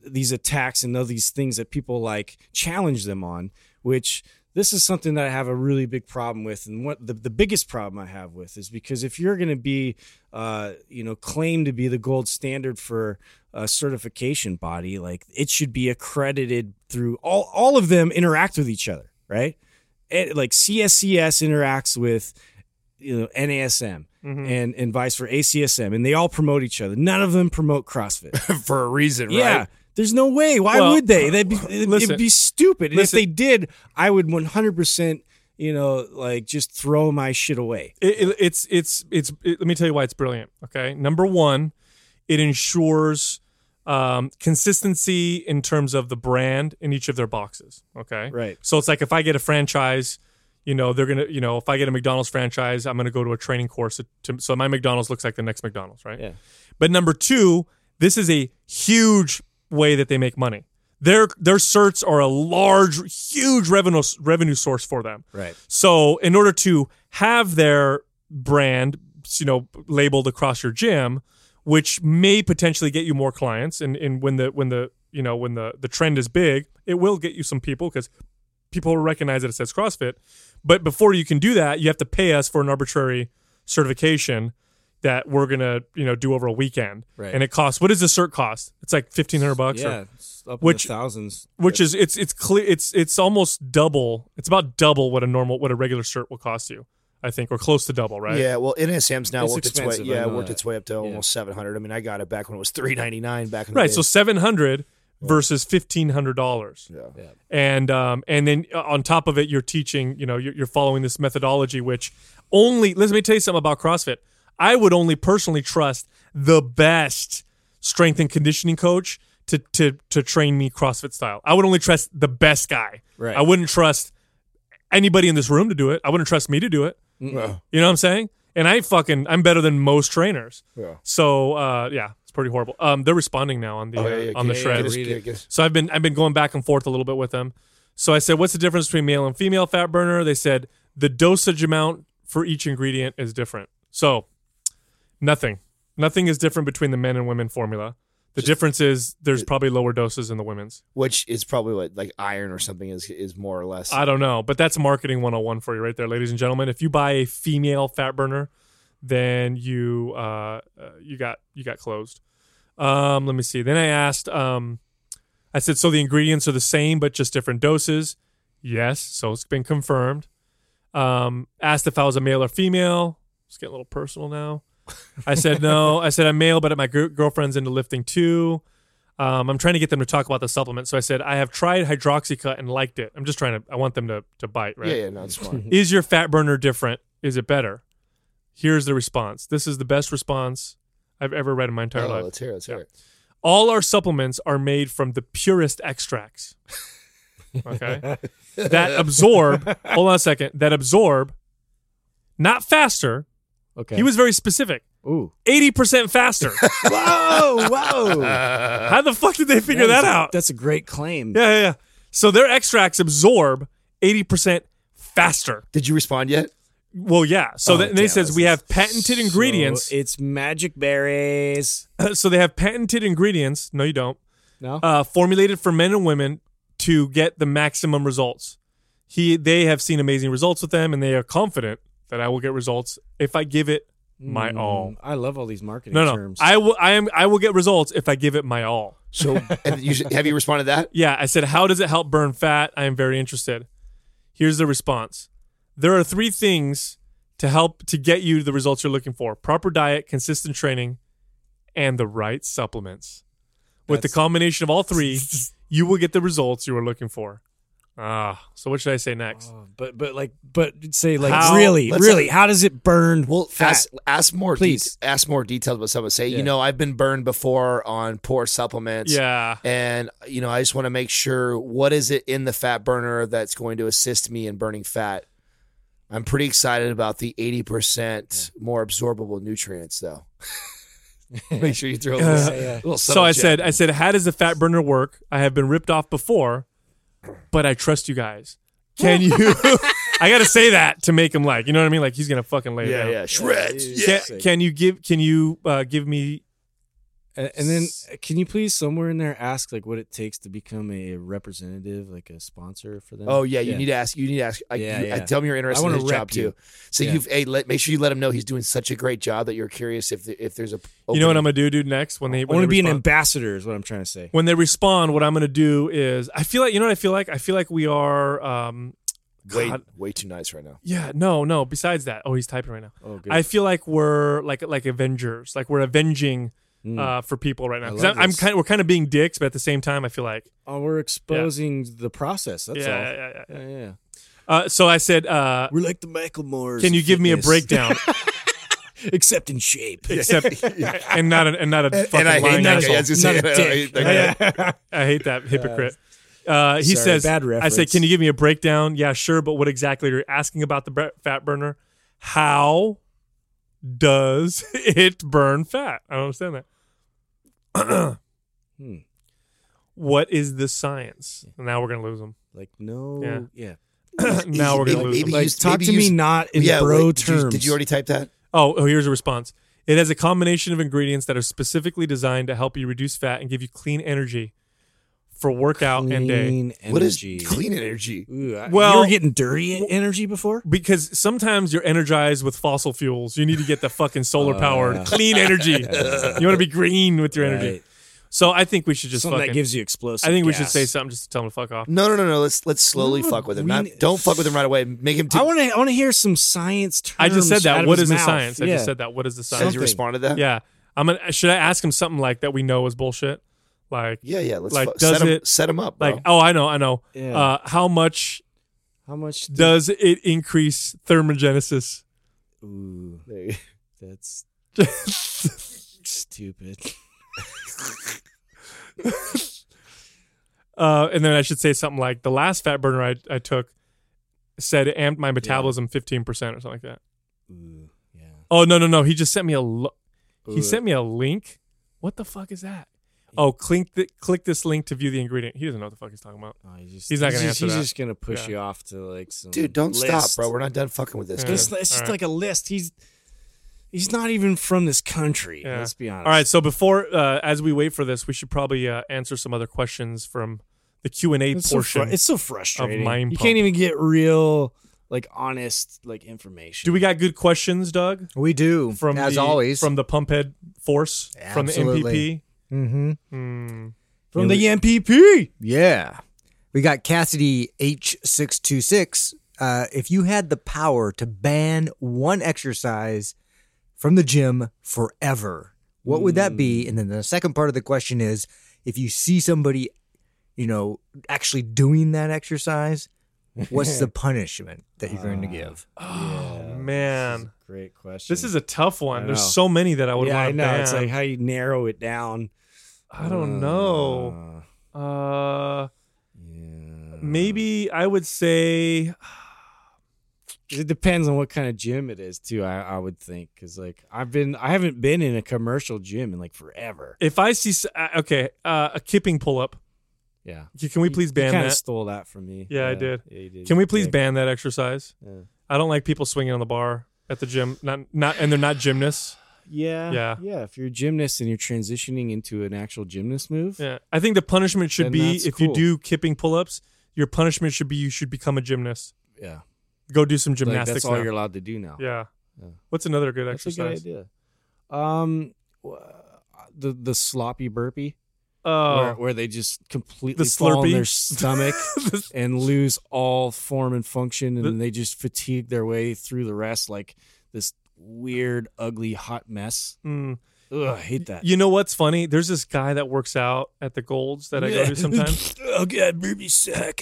[SPEAKER 4] these attacks and all these things that people like challenge them on which this is something that i have a really big problem with and what the, the biggest problem i have with is because if you're going to be uh you know claim to be the gold standard for a certification body like it should be accredited through all all of them interact with each other right it, like CSCS interacts with you know NASM and and vice versa ACSM, and they all promote each other. None of them promote CrossFit.
[SPEAKER 3] for a reason,
[SPEAKER 4] Yeah. There's no way. Why
[SPEAKER 1] Well,
[SPEAKER 4] would they? That'd be, it'd,
[SPEAKER 1] listen.
[SPEAKER 4] be stupid. And if
[SPEAKER 1] Listen.
[SPEAKER 4] they did, I would 100%, you know, like just throw my shit away.
[SPEAKER 1] it, it- it's it's it's it- let me tell you why it's brilliant okay number one it ensures um, consistency in terms of the brand in each of their boxes okay
[SPEAKER 4] Right.
[SPEAKER 1] so it's like if i get a franchise you know they're gonna you know if i get a mcdonald's franchise i'm gonna go to a training course to, so my mcdonald's looks like the next mcdonald's right
[SPEAKER 4] Yeah.
[SPEAKER 1] but number two this is a huge way that they make money their their certs are a large huge revenue revenue source for them
[SPEAKER 4] Right.
[SPEAKER 1] so, in order to have their brand, you know, labeled across your gym, which may potentially get you more clients, and, and when the when the you know when the the trend is big, it will get you some people because people will recognize that it says CrossFit. But before you can do that, you have to pay us for an arbitrary certification that we're gonna you know do over a weekend,
[SPEAKER 4] Right.
[SPEAKER 1] and it costs what does the cert cost? It's like fifteen hundred bucks. or-
[SPEAKER 4] yeah, it's up
[SPEAKER 1] Which-
[SPEAKER 4] in the thousands.
[SPEAKER 1] which is it's it's clear it's it's almost double. It's about double what a normal what a regular cert will cost you, I think, or close to double, right?
[SPEAKER 3] Yeah, well, NSM's now
[SPEAKER 4] It's
[SPEAKER 3] worked its way.
[SPEAKER 4] expensive, I
[SPEAKER 3] Yeah,
[SPEAKER 4] know
[SPEAKER 3] worked
[SPEAKER 4] that.
[SPEAKER 3] its way up to almost seven hundred. I mean, I got it back when it was three ninety nine back in the
[SPEAKER 1] Right.
[SPEAKER 3] day.
[SPEAKER 1] So seven hundred versus fifteen hundred dollars.
[SPEAKER 3] Yeah. Yeah.
[SPEAKER 1] And um and then uh, on top of it, you're teaching. You know, you're, you're following this methodology, which only let me tell you something about CrossFit. I would only personally trust the best strength and conditioning coach to to to train me CrossFit style. I would only trust the best guy.
[SPEAKER 4] Right.
[SPEAKER 1] I wouldn't trust anybody in this room to do it. I wouldn't trust me to do it. You know what I'm saying? And I fucking I'm better than most trainers.
[SPEAKER 3] Yeah.
[SPEAKER 1] So uh, yeah, it's pretty horrible. Um, they're responding now on the
[SPEAKER 3] Oh,
[SPEAKER 1] uh,
[SPEAKER 3] yeah, yeah,
[SPEAKER 1] on the
[SPEAKER 3] get-
[SPEAKER 1] shred.
[SPEAKER 3] get us-
[SPEAKER 4] Read
[SPEAKER 3] get-
[SPEAKER 4] it.
[SPEAKER 3] get us-
[SPEAKER 1] So I've been I've been going back and forth a little bit with them. So I said, "What's the difference between male and female fat burner?" They said the dosage amount for each ingredient is different. So nothing, nothing is different between the men and women formula. The difference is there's probably lower doses in the women's.
[SPEAKER 3] Which is probably what like iron or something is is more or less.
[SPEAKER 1] I don't know, but that's marketing 101 for you right there, ladies and gentlemen. If you buy a female fat burner, then you uh, uh, you got you got closed. Um, let me see. Then I asked, um, I said, so the ingredients are the same but just different doses. Yes, so it's been confirmed. Um, asked if I was a male or female. It's getting a little personal now. I said no. I said I'm male, but my gr- girlfriend's into lifting too. Um, I'm trying to get them to talk about the supplement. So I said, I have tried Hydroxycut and liked it. I'm just trying to, I want them to, to bite, right?
[SPEAKER 3] Yeah, yeah, no, it's fine.
[SPEAKER 1] Is your fat burner different? Is it better? Here's the response. This is the best response I've ever read in my entire
[SPEAKER 3] oh,
[SPEAKER 1] life.
[SPEAKER 3] let's hear, it, let's hear.
[SPEAKER 1] Yeah.
[SPEAKER 3] it.
[SPEAKER 1] All our supplements are made from the purest extracts. Okay. that absorb, hold on a second, that absorb, not faster.
[SPEAKER 4] Okay.
[SPEAKER 1] He was very specific.
[SPEAKER 4] Ooh.
[SPEAKER 1] 80% faster.
[SPEAKER 4] Whoa! Whoa!
[SPEAKER 1] How the fuck did they figure that
[SPEAKER 4] is a-
[SPEAKER 1] out?
[SPEAKER 4] That's a great claim.
[SPEAKER 1] Yeah, yeah, yeah. So their extracts absorb 80% faster.
[SPEAKER 3] Did you respond yet?
[SPEAKER 1] Well, yeah. So
[SPEAKER 4] Oh,
[SPEAKER 1] then they
[SPEAKER 4] damn,
[SPEAKER 1] says
[SPEAKER 4] this
[SPEAKER 1] we
[SPEAKER 4] is
[SPEAKER 1] have patented
[SPEAKER 4] So
[SPEAKER 1] ingredients.
[SPEAKER 4] it's magic berries.
[SPEAKER 1] so they have patented ingredients. No, you don't.
[SPEAKER 4] No.
[SPEAKER 1] Uh, formulated for men and women to get the maximum results. He, they have seen amazing results with them, and they are confident that I will get results if I give it my all.
[SPEAKER 4] Mm, I love all these marketing
[SPEAKER 1] No, no,
[SPEAKER 4] terms.
[SPEAKER 1] I will. I am. I will get results if I give it my all.
[SPEAKER 3] So have you, have you responded to that?
[SPEAKER 1] Yeah, I said, How does it help burn fat? I am very interested. Here's the response There are three things to help to get you the results you're looking for proper diet, consistent training, and the right supplements. With the
[SPEAKER 4] That's-
[SPEAKER 1] combination of all three, you will get the results you are looking for. Ah, so what should I say next?
[SPEAKER 4] Oh, but but like but say like
[SPEAKER 1] How-
[SPEAKER 4] really
[SPEAKER 3] let's-
[SPEAKER 4] really how does it burn?
[SPEAKER 3] Well,
[SPEAKER 4] fat?
[SPEAKER 3] ask ask more.
[SPEAKER 4] Please.
[SPEAKER 3] det- ask more details about something. Say,
[SPEAKER 4] Yeah.
[SPEAKER 3] you know, I've been burned before on poor supplements.
[SPEAKER 1] yeah.
[SPEAKER 3] and you know i just want to make sure what is it in the fat burner that's going to assist me in burning fat i'm pretty excited about the 80% more absorbable nutrients though make sure you throw a little,
[SPEAKER 4] yeah.
[SPEAKER 3] little
[SPEAKER 1] Uh, So I
[SPEAKER 3] subtle jab.
[SPEAKER 1] said, uh, I said, how does the fat burner work? I have been ripped off before, but I trust you guys. Can you? I got to say that to make him like, you know what I mean? Like he's gonna fucking lay it
[SPEAKER 3] yeah
[SPEAKER 1] down.
[SPEAKER 3] yeah shreds yeah,
[SPEAKER 1] can, can you give can you uh, give me
[SPEAKER 4] And, and then uh, can you please somewhere in there ask like what it takes to become a representative, like a sponsor for them?
[SPEAKER 3] Oh yeah, you need to ask. You need to ask. I,
[SPEAKER 4] Yeah,
[SPEAKER 3] you- I-
[SPEAKER 4] yeah.
[SPEAKER 3] tell me you're interested in
[SPEAKER 4] wanna
[SPEAKER 3] his
[SPEAKER 4] rep
[SPEAKER 3] job
[SPEAKER 4] you.
[SPEAKER 3] too. So
[SPEAKER 4] Yeah.
[SPEAKER 3] you've hey, let, make sure you let him know he's doing such a great job that you're curious if the, if there's a.
[SPEAKER 1] you know what i'm gonna do dude next when they
[SPEAKER 4] I
[SPEAKER 1] when
[SPEAKER 4] want
[SPEAKER 1] they
[SPEAKER 4] to be an
[SPEAKER 1] respond,
[SPEAKER 4] ambassador. Is what I'm trying to say.
[SPEAKER 1] when they respond what i'm gonna do is i feel like you know what i feel like i feel like we are um
[SPEAKER 3] way
[SPEAKER 1] God.
[SPEAKER 3] way too nice right now.
[SPEAKER 1] yeah no no besides that oh he's typing right now
[SPEAKER 4] Oh, good.
[SPEAKER 1] i feel like we're like like avengers like we're avenging
[SPEAKER 4] Mm.
[SPEAKER 1] uh for people right now
[SPEAKER 4] I
[SPEAKER 1] 'Cause
[SPEAKER 4] love
[SPEAKER 1] I'm, I'm
[SPEAKER 4] this.
[SPEAKER 1] kind of we're kind of being dicks but at the same time i feel like
[SPEAKER 4] oh, we're exposing the process.
[SPEAKER 1] yeah,
[SPEAKER 4] That's all.
[SPEAKER 1] yeah, yeah, yeah, yeah.
[SPEAKER 4] Yeah, yeah.
[SPEAKER 1] Uh, so i said uh
[SPEAKER 4] We're like the Michael Moores.
[SPEAKER 1] can you give me a breakdown
[SPEAKER 4] Except in shape.
[SPEAKER 1] except and not a, and not a fucking
[SPEAKER 3] And I
[SPEAKER 1] lying
[SPEAKER 3] hate that.
[SPEAKER 1] asshole.
[SPEAKER 3] guy. I was gonna
[SPEAKER 4] Not a
[SPEAKER 3] say, I hate
[SPEAKER 4] dick.
[SPEAKER 3] that guy.
[SPEAKER 1] I hate that hypocrite. Uh, he
[SPEAKER 4] sorry,
[SPEAKER 1] says,
[SPEAKER 4] bad
[SPEAKER 1] I said,
[SPEAKER 4] reference.
[SPEAKER 1] can you give me a breakdown? Yeah, sure. But what exactly are you asking about the bre- fat burner? How does it burn fat? I don't understand that.
[SPEAKER 4] Hmm.
[SPEAKER 1] What is the science? Now we're going to lose him.
[SPEAKER 4] Like no.
[SPEAKER 1] Yeah.
[SPEAKER 4] Yeah.
[SPEAKER 1] now we're going to lose
[SPEAKER 3] Maybe-
[SPEAKER 1] him.
[SPEAKER 3] maybe-
[SPEAKER 4] Like
[SPEAKER 3] use-
[SPEAKER 4] talk
[SPEAKER 3] maybe
[SPEAKER 4] to
[SPEAKER 3] use-
[SPEAKER 4] me not in
[SPEAKER 3] yeah,
[SPEAKER 4] bro
[SPEAKER 3] wait, did you-
[SPEAKER 4] terms.
[SPEAKER 3] did you already type that?
[SPEAKER 1] Oh, oh, here's a response. It has a combination of ingredients that are specifically designed to help you reduce fat and give you clean energy. for workout and uh, day.
[SPEAKER 4] Clean
[SPEAKER 3] What is
[SPEAKER 4] energy.
[SPEAKER 3] clean energy?
[SPEAKER 4] Ooh, I-
[SPEAKER 1] Well-
[SPEAKER 4] you were getting dirty energy before.
[SPEAKER 1] Because sometimes you're energized with fossil fuels. You need to get the fucking solar powered clean energy. You want to be green with your energy.
[SPEAKER 4] Oh. Right.
[SPEAKER 1] So I think we should just
[SPEAKER 4] Something
[SPEAKER 1] fucking.
[SPEAKER 4] that gives you explosive.
[SPEAKER 1] I think we should
[SPEAKER 4] gas.
[SPEAKER 1] say something just to tell him to fuck off.
[SPEAKER 3] No, no, no, no. Let's let's slowly fuck with him.
[SPEAKER 4] we
[SPEAKER 3] Not,
[SPEAKER 4] need-
[SPEAKER 3] don't fuck with him right away. Make him.
[SPEAKER 4] I
[SPEAKER 3] T-
[SPEAKER 4] want to. I want to hear some science terms.
[SPEAKER 1] I just said
[SPEAKER 4] out
[SPEAKER 1] that.
[SPEAKER 4] of
[SPEAKER 1] What is
[SPEAKER 4] his
[SPEAKER 1] the
[SPEAKER 4] mouth.
[SPEAKER 1] science? I
[SPEAKER 4] Yeah.
[SPEAKER 1] just said that. What is the
[SPEAKER 3] as
[SPEAKER 1] science?
[SPEAKER 3] you responded to that.
[SPEAKER 1] Yeah. I'm gonna. Should I ask him something like that we know is bullshit? Like,
[SPEAKER 3] yeah, yeah. Let's
[SPEAKER 1] Like,
[SPEAKER 3] fuck-
[SPEAKER 1] does
[SPEAKER 3] set him
[SPEAKER 1] it-
[SPEAKER 3] set him up. Bro.
[SPEAKER 1] like, oh, I know, I know.
[SPEAKER 4] Yeah.
[SPEAKER 1] Uh, how much
[SPEAKER 4] How much? Do,
[SPEAKER 1] does it increase thermogenesis?
[SPEAKER 4] ooh,
[SPEAKER 3] There you-
[SPEAKER 4] that's stupid.
[SPEAKER 1] Uh, and then I should say something like the last fat burner I, I took said it amped my metabolism fifteen percent or something like that.
[SPEAKER 4] Ooh, yeah.
[SPEAKER 1] Oh no no no! He just sent me a lo- he
[SPEAKER 4] Ooh.
[SPEAKER 1] sent me a link. What the fuck is that? Oh, click th- click this link to view the ingredient. He doesn't know what the fuck he's talking about.
[SPEAKER 4] Oh, he's, just,
[SPEAKER 1] He's not gonna
[SPEAKER 4] just,
[SPEAKER 1] answer
[SPEAKER 4] He's
[SPEAKER 1] that.
[SPEAKER 4] just gonna push
[SPEAKER 1] Yeah.
[SPEAKER 4] you off to like some
[SPEAKER 3] dude, don't stop,
[SPEAKER 4] list.
[SPEAKER 3] bro. We're not done fucking with this.
[SPEAKER 1] Yeah.
[SPEAKER 3] dude.
[SPEAKER 4] It's, it's just
[SPEAKER 1] All right.
[SPEAKER 4] like a list. He's he's not even from this country.
[SPEAKER 1] Yeah.
[SPEAKER 4] Let's be honest.
[SPEAKER 1] All right, so before uh, as we wait for this, we should probably uh, answer some other questions from the Q and A
[SPEAKER 4] it's so, fru-
[SPEAKER 1] portion.
[SPEAKER 4] it's so frustrating.
[SPEAKER 1] Mind
[SPEAKER 4] you
[SPEAKER 1] Pump.
[SPEAKER 4] can't even get real, like honest, like information.
[SPEAKER 1] Do we got good questions, Doug?
[SPEAKER 2] We do,
[SPEAKER 1] From
[SPEAKER 2] as
[SPEAKER 1] the,
[SPEAKER 2] always.
[SPEAKER 1] from the Pumphead Force, from the MPP.
[SPEAKER 2] Absolutely. mm-hmm.
[SPEAKER 1] Hmm.
[SPEAKER 4] from the MPP?
[SPEAKER 2] Yeah. We got Cassidy H626. Uh, if you had the power to ban one exercise from the gym forever, what would that
[SPEAKER 4] Hmm.
[SPEAKER 2] be? And then the second part of the question is if you see somebody, you know, actually doing that exercise, what's the punishment that you're going to give?
[SPEAKER 1] Oh
[SPEAKER 4] Yeah,
[SPEAKER 1] man,
[SPEAKER 4] this is a great question.
[SPEAKER 1] this is a tough one.
[SPEAKER 4] I
[SPEAKER 1] There's
[SPEAKER 4] know.
[SPEAKER 1] so many that I would
[SPEAKER 4] yeah,
[SPEAKER 1] want
[SPEAKER 4] I
[SPEAKER 1] to
[SPEAKER 4] know.
[SPEAKER 1] ban.
[SPEAKER 4] It's like how you narrow it down. Uh,
[SPEAKER 1] I don't know. Uh,
[SPEAKER 4] Yeah.
[SPEAKER 1] maybe I would say
[SPEAKER 4] It depends on what kind of gym it is too. I, I would think because like I've been I haven't been in a commercial gym in like forever.
[SPEAKER 1] if I see s- uh, okay uh, a kipping pull up.
[SPEAKER 4] Yeah.
[SPEAKER 1] Can we please ban
[SPEAKER 4] you kinda
[SPEAKER 1] that?
[SPEAKER 4] Stole that from me.
[SPEAKER 1] Yeah, I did.
[SPEAKER 4] Yeah, you did.
[SPEAKER 1] Can
[SPEAKER 4] you
[SPEAKER 1] we please
[SPEAKER 4] dick.
[SPEAKER 1] ban that exercise?
[SPEAKER 4] Yeah.
[SPEAKER 1] I don't like people swinging on the bar at the gym. Not not and they're not gymnasts.
[SPEAKER 4] Yeah,
[SPEAKER 1] Yeah.
[SPEAKER 4] yeah. If you're a gymnast and you're transitioning into an actual gymnast move,
[SPEAKER 1] Yeah, I think the punishment should
[SPEAKER 4] Then
[SPEAKER 1] be
[SPEAKER 4] that's
[SPEAKER 1] if you
[SPEAKER 4] cool.
[SPEAKER 1] do kipping pull ups. Your punishment should be you should become a gymnast.
[SPEAKER 4] yeah.
[SPEAKER 1] Go do some
[SPEAKER 4] Like,
[SPEAKER 1] gymnastics.
[SPEAKER 4] that's all
[SPEAKER 1] now.
[SPEAKER 4] you're allowed to do now.
[SPEAKER 1] yeah.
[SPEAKER 4] Yeah.
[SPEAKER 1] What's another good
[SPEAKER 4] that's
[SPEAKER 1] exercise?
[SPEAKER 4] a good idea. Um, wha- the the sloppy burpee, where,
[SPEAKER 1] Oh,
[SPEAKER 4] where they just completely
[SPEAKER 1] The
[SPEAKER 4] fall on
[SPEAKER 1] Slurpee?
[SPEAKER 4] their stomach and lose all form and function, and
[SPEAKER 1] The-
[SPEAKER 4] then they just fatigue their way through the rest like this weird, ugly, hot mess.
[SPEAKER 1] mm.
[SPEAKER 4] Ugh, I hate that.
[SPEAKER 1] You know what's funny? There's this guy that works out at the Golds that I go to sometimes,
[SPEAKER 4] oh god, burpees suck.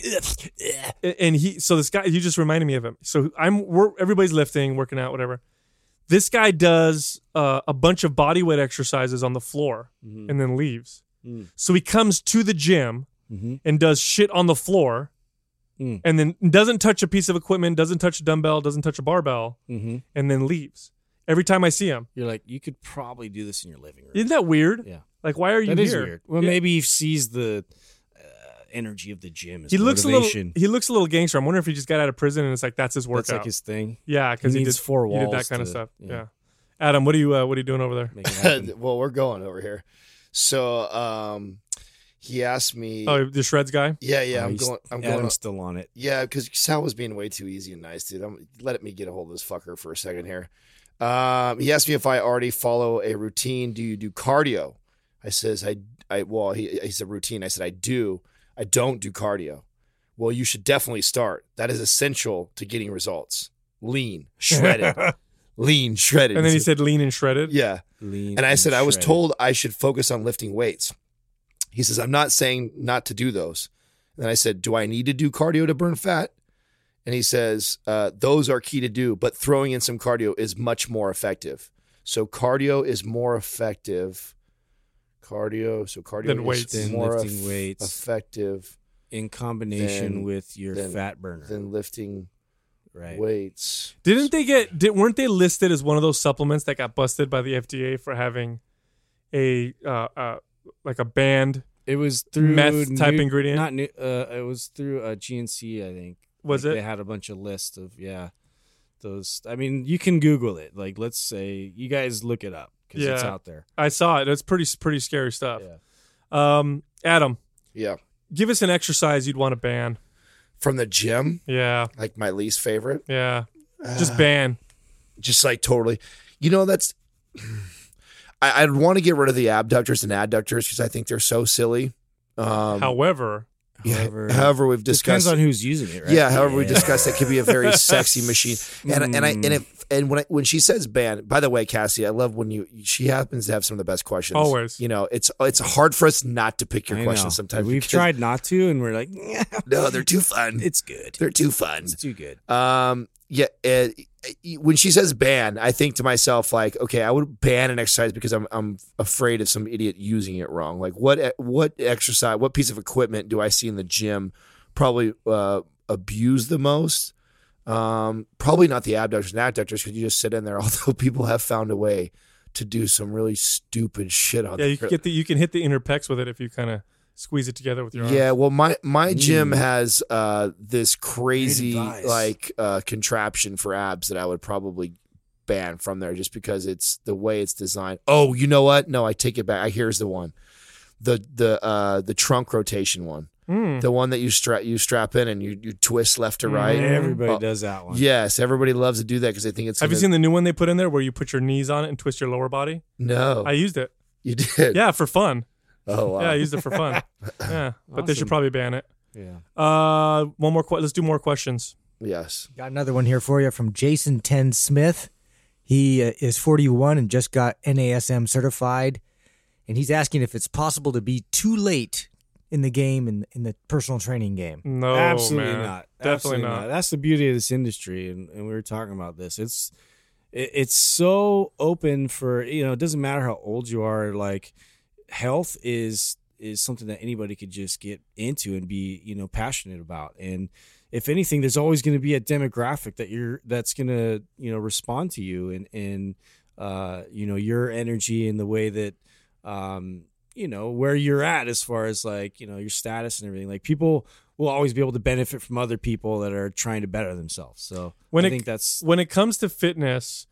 [SPEAKER 1] A- and he. So this guy, you just reminded me of him. So I'm, we're, everybody's lifting, working out, whatever. This guy does uh, a bunch of body weight exercises on the floor and then leaves.
[SPEAKER 4] Mm-hmm. Mm.
[SPEAKER 1] So he comes to the gym
[SPEAKER 4] mm-hmm.
[SPEAKER 1] and does shit on the floor,
[SPEAKER 4] Mm.
[SPEAKER 1] and then doesn't touch a piece of equipment, doesn't touch a dumbbell, doesn't touch a barbell,
[SPEAKER 4] Mm-hmm.
[SPEAKER 1] and then leaves. Every time I see him,
[SPEAKER 4] You're like, you could probably do this in your living room.
[SPEAKER 1] isn't that weird?
[SPEAKER 4] Yeah.
[SPEAKER 1] Like, why are you
[SPEAKER 4] That is
[SPEAKER 1] here?
[SPEAKER 4] weird. Well,
[SPEAKER 1] Yeah.
[SPEAKER 4] maybe he sees the uh, energy of the gym. As
[SPEAKER 1] he looks a
[SPEAKER 4] motivation.
[SPEAKER 1] little. He looks a little gangster. I'm wondering if he just got out of prison and it's like that's his workout.
[SPEAKER 4] That's like his thing.
[SPEAKER 1] yeah, because
[SPEAKER 4] he
[SPEAKER 1] he,
[SPEAKER 4] needs
[SPEAKER 1] did
[SPEAKER 4] four
[SPEAKER 1] He did that
[SPEAKER 4] walls
[SPEAKER 1] kind of
[SPEAKER 4] to-
[SPEAKER 1] stuff. Yeah.
[SPEAKER 4] yeah.
[SPEAKER 1] Adam, what are you? Uh, what are you doing over there?
[SPEAKER 4] Make it happen.
[SPEAKER 3] uh, well, we're going over here. So, um, he asked me.
[SPEAKER 1] Oh, the shreds guy.
[SPEAKER 3] yeah, yeah.
[SPEAKER 4] Oh,
[SPEAKER 3] I'm
[SPEAKER 4] he's-
[SPEAKER 3] going. I'm
[SPEAKER 4] Adam's
[SPEAKER 3] going.
[SPEAKER 4] still on it.
[SPEAKER 3] Yeah, because Sal was being way too easy and nice, dude. I'm let me get a hold of this fucker for a second here. Um, he asked me if I already follow a routine. Do you do cardio? I says I I well he he said routine. I said I do. I don't do cardio. Well, you should definitely start. That is essential to getting results. Lean, shredded, lean, shredded.
[SPEAKER 1] And then he said, "Lean and shredded."
[SPEAKER 3] "Yeah."
[SPEAKER 4] Lean
[SPEAKER 3] And I said I was
[SPEAKER 4] shredded.
[SPEAKER 3] told I should focus on lifting weights. He says I'm not saying not to do those. And I said, do I need to do cardio to burn fat? And he says uh, those are key to do, but throwing in some cardio is much more effective. So cardio is more effective. Cardio, so cardio
[SPEAKER 1] Than
[SPEAKER 3] is
[SPEAKER 1] weights.
[SPEAKER 4] Than
[SPEAKER 3] more
[SPEAKER 4] lifting
[SPEAKER 3] eff-
[SPEAKER 4] weights.
[SPEAKER 3] effective
[SPEAKER 4] in combination
[SPEAKER 3] Then-
[SPEAKER 4] with your
[SPEAKER 3] then-
[SPEAKER 4] fat burner,
[SPEAKER 3] than lifting
[SPEAKER 4] right?
[SPEAKER 3] weights.
[SPEAKER 1] Didn't they get? Did, weren't they listed as one of those supplements that got busted by the FDA for having a uh, uh, like a banned?
[SPEAKER 4] It was through
[SPEAKER 1] Meth type
[SPEAKER 4] nu-
[SPEAKER 1] ingredient?
[SPEAKER 4] Not new, uh, it was through uh, GNC, I think.
[SPEAKER 1] Was
[SPEAKER 4] Like,
[SPEAKER 1] it?
[SPEAKER 4] They had a bunch of list of yeah. Those, I mean, you can Google it. Like, let's say you guys look it up because it's
[SPEAKER 1] Yeah.
[SPEAKER 4] out there.
[SPEAKER 1] I saw it. It's pretty pretty scary stuff.
[SPEAKER 4] Yeah.
[SPEAKER 1] Um, Adam,
[SPEAKER 3] Yeah.
[SPEAKER 1] give us an exercise you'd want to ban.
[SPEAKER 3] from the gym,
[SPEAKER 1] Yeah,
[SPEAKER 3] like my least favorite.
[SPEAKER 1] yeah. Just ban.
[SPEAKER 3] Just like totally, you know, that's. I, I'd want to get rid of the abductors and adductors because I think they're so silly. Um,
[SPEAKER 1] However,
[SPEAKER 3] yeah,
[SPEAKER 4] However-
[SPEAKER 3] however, we've
[SPEAKER 4] Depends
[SPEAKER 3] discussed
[SPEAKER 4] on who's using it, right?
[SPEAKER 3] Yeah, however we
[SPEAKER 4] Yeah.
[SPEAKER 3] discussed, it could be a very sexy machine. And and I
[SPEAKER 4] Hmm.
[SPEAKER 3] and if and when I, when she says ban, by the way, Cassie, I love when you she happens to have some of the best questions.
[SPEAKER 1] Always.
[SPEAKER 3] you know, it's it's hard for us not to pick your
[SPEAKER 4] I know.
[SPEAKER 3] questions sometimes.
[SPEAKER 4] We've
[SPEAKER 3] because-
[SPEAKER 4] tried not to, and we're like, "Yeah,
[SPEAKER 3] No, they're too fun.
[SPEAKER 4] it's good.
[SPEAKER 3] they're too fun.
[SPEAKER 4] It's too good.
[SPEAKER 3] Um, yeah. uh when she says ban, I think to myself like, okay, I would ban an exercise because I'm I'm afraid of some idiot using it wrong. Like, what eh, what exercise, what piece of equipment do I see in the gym probably uh, abuse the most? Um, probably not the abductors and adductors because you just sit in there. Although people have found a way to do some really stupid shit on
[SPEAKER 1] yeah, you
[SPEAKER 3] the
[SPEAKER 1] can get the you can hit the inner pecs with it if you kind of squeeze it together with your arms.
[SPEAKER 3] yeah, well, my my gym has uh, this crazy
[SPEAKER 4] advice.
[SPEAKER 3] like uh, contraption for abs that I would probably ban from there just because it's the way it's designed. Oh, you know what? No, I take it back. I here's the one, the the uh, the trunk rotation one,
[SPEAKER 1] Mm.
[SPEAKER 3] the one that you strap you strap in and you you twist left
[SPEAKER 1] Hmm.
[SPEAKER 3] to right.
[SPEAKER 4] Everybody
[SPEAKER 3] Oh,
[SPEAKER 4] does that one.
[SPEAKER 3] Yes, everybody loves to do that because they think it's.
[SPEAKER 1] Have you
[SPEAKER 3] gonna-
[SPEAKER 1] seen the new one they put in there where you put your knees on it and twist your lower body?
[SPEAKER 3] No,
[SPEAKER 1] I used it.
[SPEAKER 3] you did.
[SPEAKER 1] Yeah, for fun.
[SPEAKER 3] Oh wow.
[SPEAKER 1] Yeah, I used it for fun. yeah, but they should
[SPEAKER 4] Awesome.
[SPEAKER 1] probably ban it.
[SPEAKER 4] Yeah.
[SPEAKER 1] Uh, one more. Que- let's do more questions.
[SPEAKER 3] yes.
[SPEAKER 2] Got another one here for you from Jason Ten Smith. He uh, is 41 and just got NASM certified, and he's asking if it's possible to be too late in the game in in the personal training game.
[SPEAKER 1] No,
[SPEAKER 4] Absolutely
[SPEAKER 1] man.
[SPEAKER 4] not.
[SPEAKER 1] Definitely
[SPEAKER 4] Absolutely
[SPEAKER 1] not.
[SPEAKER 4] That's the beauty of this industry, and, and we were talking about this. It's it, it's so open for you know. It doesn't matter how old you are. Like health is is something that anybody could just get into and be you know passionate about. And if anything, there's always going to be a demographic that you're that's going to you know respond to you and and uh, you know your energy and the way that um, you know where you're at as far as like you know your status and everything. Like people will always be able to benefit from other people that are trying to better themselves. So
[SPEAKER 1] When
[SPEAKER 4] I
[SPEAKER 1] it-
[SPEAKER 4] think that's
[SPEAKER 1] When it comes to fitness,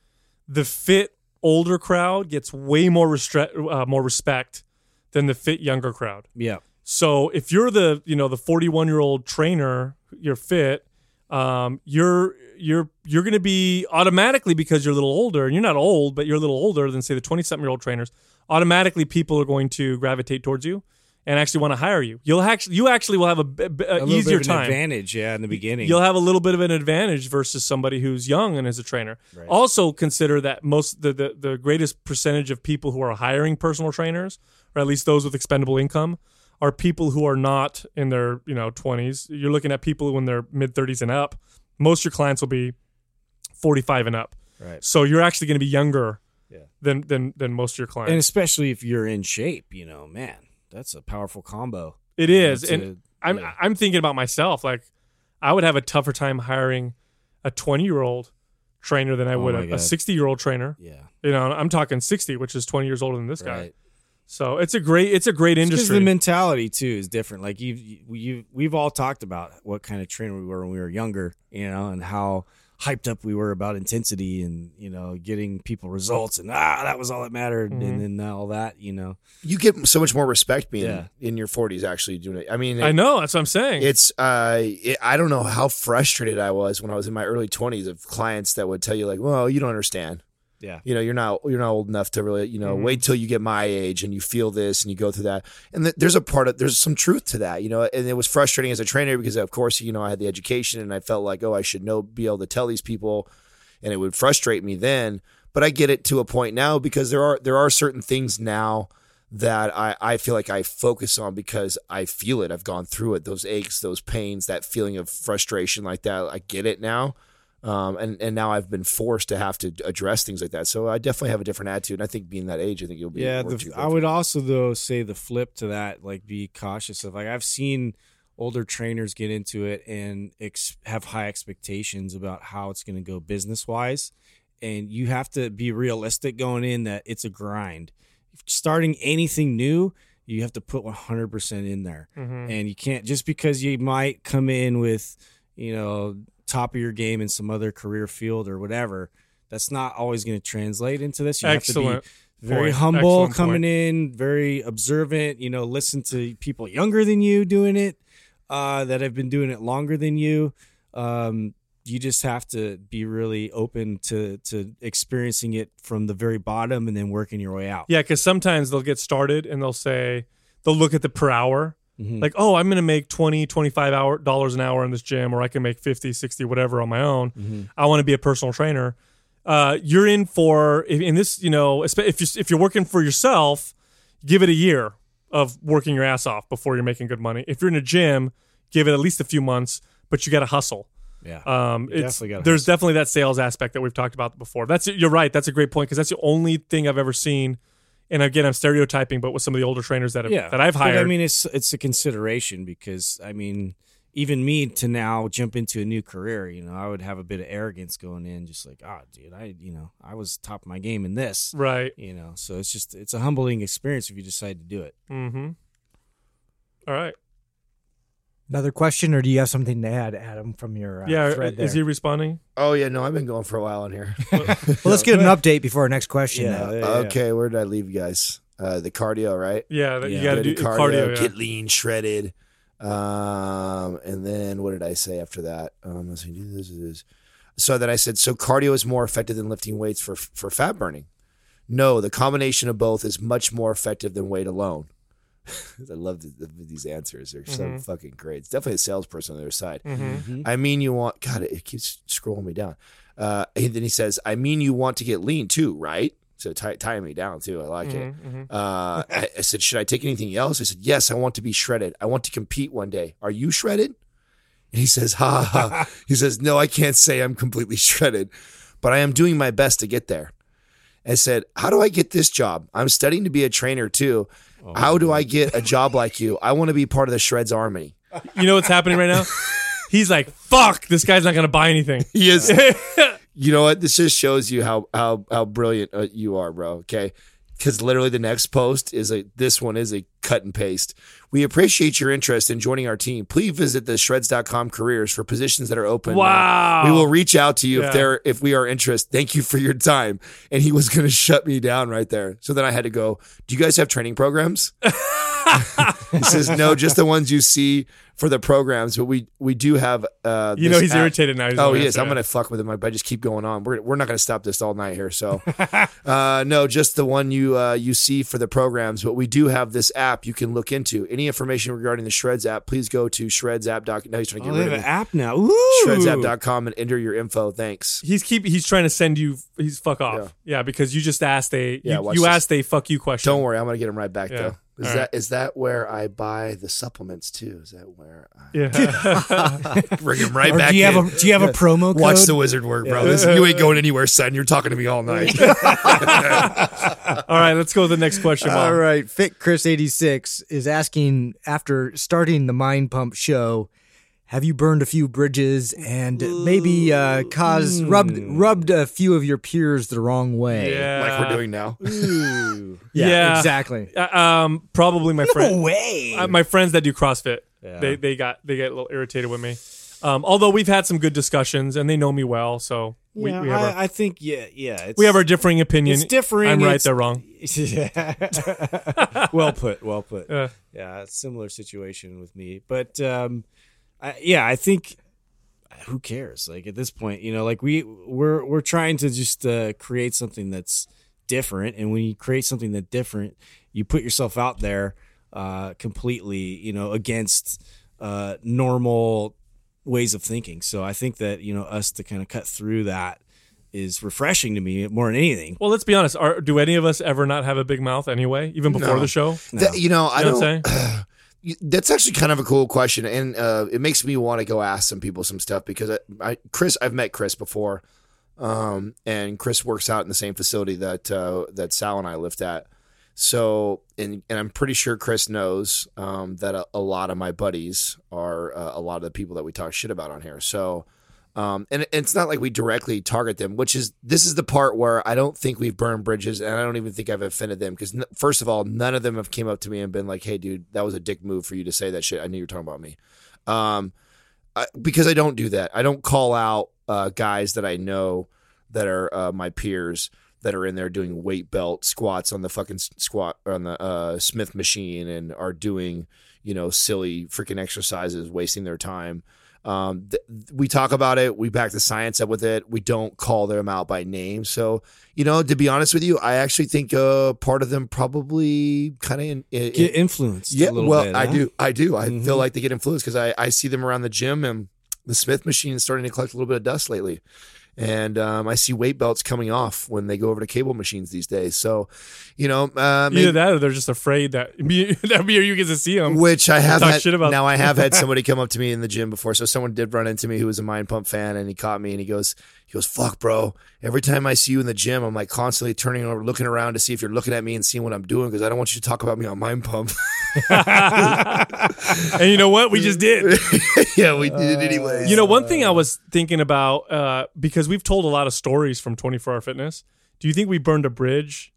[SPEAKER 1] the fit older crowd gets way more restre- uh, more respect than the fit younger crowd.
[SPEAKER 4] yeah
[SPEAKER 1] So if you're the you know the 41 year old trainer, you're fit. Um, you're you're you're going to be automatically because you're a little older, and you're not old, but you're a little older than say the 20 something year old trainers. Automatically, people are going to gravitate towards you and actually want to hire you. You'll actually you actually will have a, b- b- a
[SPEAKER 4] a little
[SPEAKER 1] easier
[SPEAKER 4] bit of an
[SPEAKER 1] time.
[SPEAKER 4] advantage. Yeah, in the beginning,
[SPEAKER 1] You'll have a little bit of an advantage versus somebody who's young and is a trainer. Also consider that most the, the the greatest percentage of people who are hiring personal trainers, or at least those with expendable income, are people who are not in their you know twenties. You're looking at people in their mid thirties and up. Most of your clients will be forty five and up.
[SPEAKER 4] Right.
[SPEAKER 1] So you're actually going to be younger than than than most of your clients.
[SPEAKER 4] and especially if you're in shape, you know, man, that's a powerful combo.
[SPEAKER 1] It is,
[SPEAKER 4] It's
[SPEAKER 1] and
[SPEAKER 4] a-
[SPEAKER 1] I'm
[SPEAKER 4] yeah.
[SPEAKER 1] I'm thinking about myself. Like, I would have a tougher time hiring a 20 year old trainer than I would
[SPEAKER 4] Oh my
[SPEAKER 1] a- a
[SPEAKER 4] God.
[SPEAKER 1] 60 year old trainer.
[SPEAKER 4] Yeah,
[SPEAKER 1] You know, I'm talking 60, which is 20 years older than this guy.
[SPEAKER 4] right.
[SPEAKER 1] So it's a great it's a great
[SPEAKER 4] Because the
[SPEAKER 1] industry.
[SPEAKER 4] mentality too is different. Like you've you we've all talked about what kind of trainer we were when we were younger, you know, and how hyped up we were about intensity and you know getting people results and ah that was all that mattered and then all that you know
[SPEAKER 3] You get so much more respect being
[SPEAKER 4] Yeah.
[SPEAKER 3] in your 40s actually doing it. I mean,
[SPEAKER 1] I know that's what I'm saying.
[SPEAKER 3] It's uh, it, I don't know how frustrated I was when I was in my early twenties of clients that would tell you like, "Well, you don't understand.
[SPEAKER 4] Yeah.
[SPEAKER 3] you know, you're not you're not old enough to really, you know, wait till you get my age and you feel this and you go through that." And th- there's a part of there's some truth to that, you know. And it was frustrating as a trainer because, of course, you know, I had the education and I felt like, oh, I should know, be able to tell these people, and it would frustrate me then. But I get it to a point now because there are there are certain things now that I, I feel like I focus on because I feel it. I've gone through it. Those aches, those pains, that feeling of frustration like that. I get it now. Um, and, and now I've been forced to have to address things like that. So I definitely have a different attitude. And I think being that age, I think you'll be.
[SPEAKER 4] yeah
[SPEAKER 3] more
[SPEAKER 4] the,
[SPEAKER 3] to-
[SPEAKER 4] i would also though say the flip to that like be cautious of like i've seen older trainers get into it and ex- have high expectations about how it's going to go business wise and you have to be realistic going in that it's a grind starting anything new you have to put 100% in there
[SPEAKER 1] Mm-hmm. Hmm.
[SPEAKER 4] and you can't just because you might come in with you know top of your game in some other career field or whatever that's not always going to translate into this you have to
[SPEAKER 1] Excellent.
[SPEAKER 4] be very
[SPEAKER 1] Point.
[SPEAKER 4] humble
[SPEAKER 1] Excellent
[SPEAKER 4] coming
[SPEAKER 1] point.
[SPEAKER 4] in very observant you know listen to people younger than you doing it uh, that have been doing it longer than you um, you just have to be really open to to experiencing it from the very bottom and then working your way out
[SPEAKER 1] Yeah, because sometimes they'll get started and they'll say they'll look at the per hour.
[SPEAKER 4] Mhm.
[SPEAKER 1] Like, oh, I'm going to make 20, 25 hour, dollars an hour in this gym, or I can make 50, 60, whatever on my own. I want to be a personal trainer. Uh, you're in for if- in this, you know, espe- if you if you're working for yourself, give it a year of working your ass off before you're making good money. If you're in a gym, give it at least a few months, but you got to hustle.
[SPEAKER 4] yeah
[SPEAKER 1] Um, it's,
[SPEAKER 4] definitely gotta
[SPEAKER 1] there's definitely that sales aspect that we've talked about before. That's you're right. That's a great point because that's the only thing I've ever seen. And again, I'm stereotyping, but with some of the older trainers that have, Uh, that I've
[SPEAKER 4] But,
[SPEAKER 1] hired,
[SPEAKER 4] I mean, it's it's a consideration because I mean, even me to now jump into a new career, you know, I would have a bit of arrogance going in, just like, ah, dude, I you know, I was top of my game in this,
[SPEAKER 1] right?
[SPEAKER 4] you know. So it's just it's a humbling experience if you decide to do it.
[SPEAKER 1] Mm-hmm. All right.
[SPEAKER 2] Another question, or do you have something to add, Adam, from your uh,
[SPEAKER 1] yeah.
[SPEAKER 2] thread there?
[SPEAKER 1] Is he responding?
[SPEAKER 3] Oh yeah, no, I've been going for a while in here.
[SPEAKER 2] well, let's get an update before our next question. though.
[SPEAKER 3] okay, where did I leave you guys? Uh, the cardio, right?
[SPEAKER 1] Yeah. That You
[SPEAKER 4] Yeah.
[SPEAKER 1] got to
[SPEAKER 3] Gotta
[SPEAKER 1] do cardio. yeah.
[SPEAKER 3] get lean, shredded. Um, and then what did I say after that? Um, let's see, this is- so that I said so cardio is more effective than lifting weights for for fat burning. No, the combination of both is much more effective than weight alone. I love th- th- these answers; they're so fucking great. It's definitely a salesperson on the other side. I mean, you want God. It keeps scrolling me down. Uh, and then he says, "I mean, you want to get lean too, right?" So tie, tying me down too. I like it. Uh, I, I said, "Should I take anything else?" I said, "Yes, I want to be shredded. I want to compete one day. Are you shredded?" And he says, "Ha ha." ha." he says, "No, I can't say I'm completely shredded, but I am doing my best to get there." I said, "How do I get this job? I'm studying to be a trainer too. How do I get a job like you? I want to be part of the Shreds Army."
[SPEAKER 1] You know what's happening right now? He's like, "Fuck! This guy's not going to buy anything."
[SPEAKER 3] He is. you know what? This just shows you how how how brilliant uh, you are, bro. Okay. Because literally the next post is a this one is a cut and paste. We appreciate your interest in joining our team. Please visit the shreds.com careers for positions that are open. Uh,
[SPEAKER 1] Wow.
[SPEAKER 3] We will reach out to you
[SPEAKER 1] Yeah.
[SPEAKER 3] if there if we are interested. Thank you for your time. And he was gonna shut me down right there. So then I had to go, Do you guys have training programs? he says, No, just the ones you see for the programs, but we we do have uh
[SPEAKER 1] You know
[SPEAKER 3] this
[SPEAKER 1] he's
[SPEAKER 3] app-
[SPEAKER 1] irritated now. He's
[SPEAKER 3] oh,
[SPEAKER 1] gonna
[SPEAKER 3] he
[SPEAKER 1] answer
[SPEAKER 3] is. I'm
[SPEAKER 1] that.
[SPEAKER 3] gonna fuck with him. I just keep going on. We're we're not gonna stop this all night here. So, uh, no, just the one you uh, you see for the programs. But we do have this app you can look into. Any information regarding the Shreds app, please go to shredsapp.com. Now he's trying to
[SPEAKER 4] Oh,
[SPEAKER 3] get
[SPEAKER 4] they have
[SPEAKER 3] rid
[SPEAKER 4] an
[SPEAKER 3] of me.
[SPEAKER 4] app now. Ooh.
[SPEAKER 3] Shredsapp.com and enter your info. Thanks.
[SPEAKER 1] He's keep. He's trying to send you. He's fuck off. Yeah, because you just asked a.
[SPEAKER 3] Yeah,
[SPEAKER 1] you
[SPEAKER 3] watch
[SPEAKER 1] you
[SPEAKER 3] this.
[SPEAKER 1] asked a fuck you question.
[SPEAKER 3] Don't worry, I'm gonna get him right back
[SPEAKER 1] Yeah.
[SPEAKER 3] though. Is
[SPEAKER 1] All
[SPEAKER 3] that is that where I buy the supplements too? Is that where I
[SPEAKER 1] Yeah.
[SPEAKER 3] bring him right
[SPEAKER 2] Or
[SPEAKER 3] back
[SPEAKER 2] do you
[SPEAKER 3] in?
[SPEAKER 2] have a do you have a promo code?
[SPEAKER 3] Watch the wizard work, bro. This, you ain't going anywhere, son. You're talking to me all night.
[SPEAKER 1] All right, let's go to the next question. Mom.
[SPEAKER 2] All right, Fit Chris eighty six is asking after starting the Mind Pump show, have you burned a few bridges and maybe uh, caused
[SPEAKER 1] Hmm.
[SPEAKER 2] rubbed rubbed a few of your peers the wrong way?
[SPEAKER 1] Yeah.
[SPEAKER 3] like we're doing now.
[SPEAKER 2] yeah,
[SPEAKER 1] Yeah.
[SPEAKER 2] exactly.
[SPEAKER 1] Uh, um, probably my friend,
[SPEAKER 2] way.
[SPEAKER 1] uh, my friends that do CrossFit.
[SPEAKER 4] Yeah.
[SPEAKER 1] They they got they get a little irritated with me. Um, although we've had some good discussions and they know me well, so we,
[SPEAKER 4] Yeah,
[SPEAKER 1] we have our,
[SPEAKER 4] I, I think yeah, yeah. It's,
[SPEAKER 1] we have our differing opinion.
[SPEAKER 4] it's differing.
[SPEAKER 1] I'm right,
[SPEAKER 4] It's-
[SPEAKER 1] they're wrong.
[SPEAKER 4] Yeah. well put. Well put.
[SPEAKER 1] Yeah.
[SPEAKER 4] yeah, it's a similar situation with me. But um, I, yeah, I think who cares? Like at this point, you know, like we we're we're trying to just uh, create something that's different, and when you create something that different, you put yourself out there uh, completely, you know, against uh, normal ways of thinking. So I think that you know us to kind of cut through that is refreshing to me more than anything.
[SPEAKER 1] Well, let's be honest. Are, do any of us ever not have a big mouth anyway? Even before
[SPEAKER 3] No.
[SPEAKER 1] the show,
[SPEAKER 3] That- you know, I
[SPEAKER 1] You know
[SPEAKER 3] don't.
[SPEAKER 1] what I'm
[SPEAKER 3] you- that's actually kind of a cool question, and uh, it makes me want to go ask some people some stuff because I, I Chris, I've met Chris before, um, and Chris works out in the same facility that uh, that Sal and I lived at. So, and and I'm pretty sure Chris knows um, that a, a lot of my buddies are uh, a lot of the people that we talk shit about on here. So, um, and it's not like we directly target them, which is this is the part where I don't think we've burned bridges, and I don't even think I've offended them because n- first of all, none of them have came up to me and been like, "Hey, dude, that was a dick move for you to say that shit." I knew you were talking about me, um, I, because I don't do that. I don't call out uh, guys that I know that are uh, my peers that are in there doing weight belt squats on the fucking s- squat on the uh, Smith machine and are doing you know silly freaking exercises, wasting their time. Um, th- th- we talk about it. We back the science up with it. We don't call them out by name. So, you know, to be honest with you, I actually think uh, part of them probably kind of in, in,
[SPEAKER 4] Get influenced.
[SPEAKER 3] yeah,
[SPEAKER 4] a little
[SPEAKER 3] well,
[SPEAKER 4] bit,
[SPEAKER 3] I
[SPEAKER 4] huh?
[SPEAKER 3] do. I do. I
[SPEAKER 4] Mhm.
[SPEAKER 1] Mm-hmm.
[SPEAKER 3] feel like they get influenced because I, I see them around the gym and the Smith machine is starting to collect a little bit of dust lately. And um, I see weight belts coming off when they go over to cable machines these days. So, you know, uh, maybe-
[SPEAKER 1] Either that or they're just afraid that me, that me or you get to see them.
[SPEAKER 3] which I have
[SPEAKER 1] Talk
[SPEAKER 3] had,
[SPEAKER 1] shit about-
[SPEAKER 3] now. I have had somebody come up to me in the gym before. So someone did run into me who was a Mind Pump fan, and he caught me and he goes, he goes, fuck, bro. Every time I see you in the gym, I'm like constantly turning over, looking around to see if you're looking at me and seeing what I'm doing because I don't want you to talk about me on Mind Pump.
[SPEAKER 1] and you know what? We just did.
[SPEAKER 3] yeah, we did it anyways.
[SPEAKER 1] Uh, You know, one thing I was thinking about uh, because we've told a lot of stories from 24 Hour Fitness. Do you think we burned a bridge?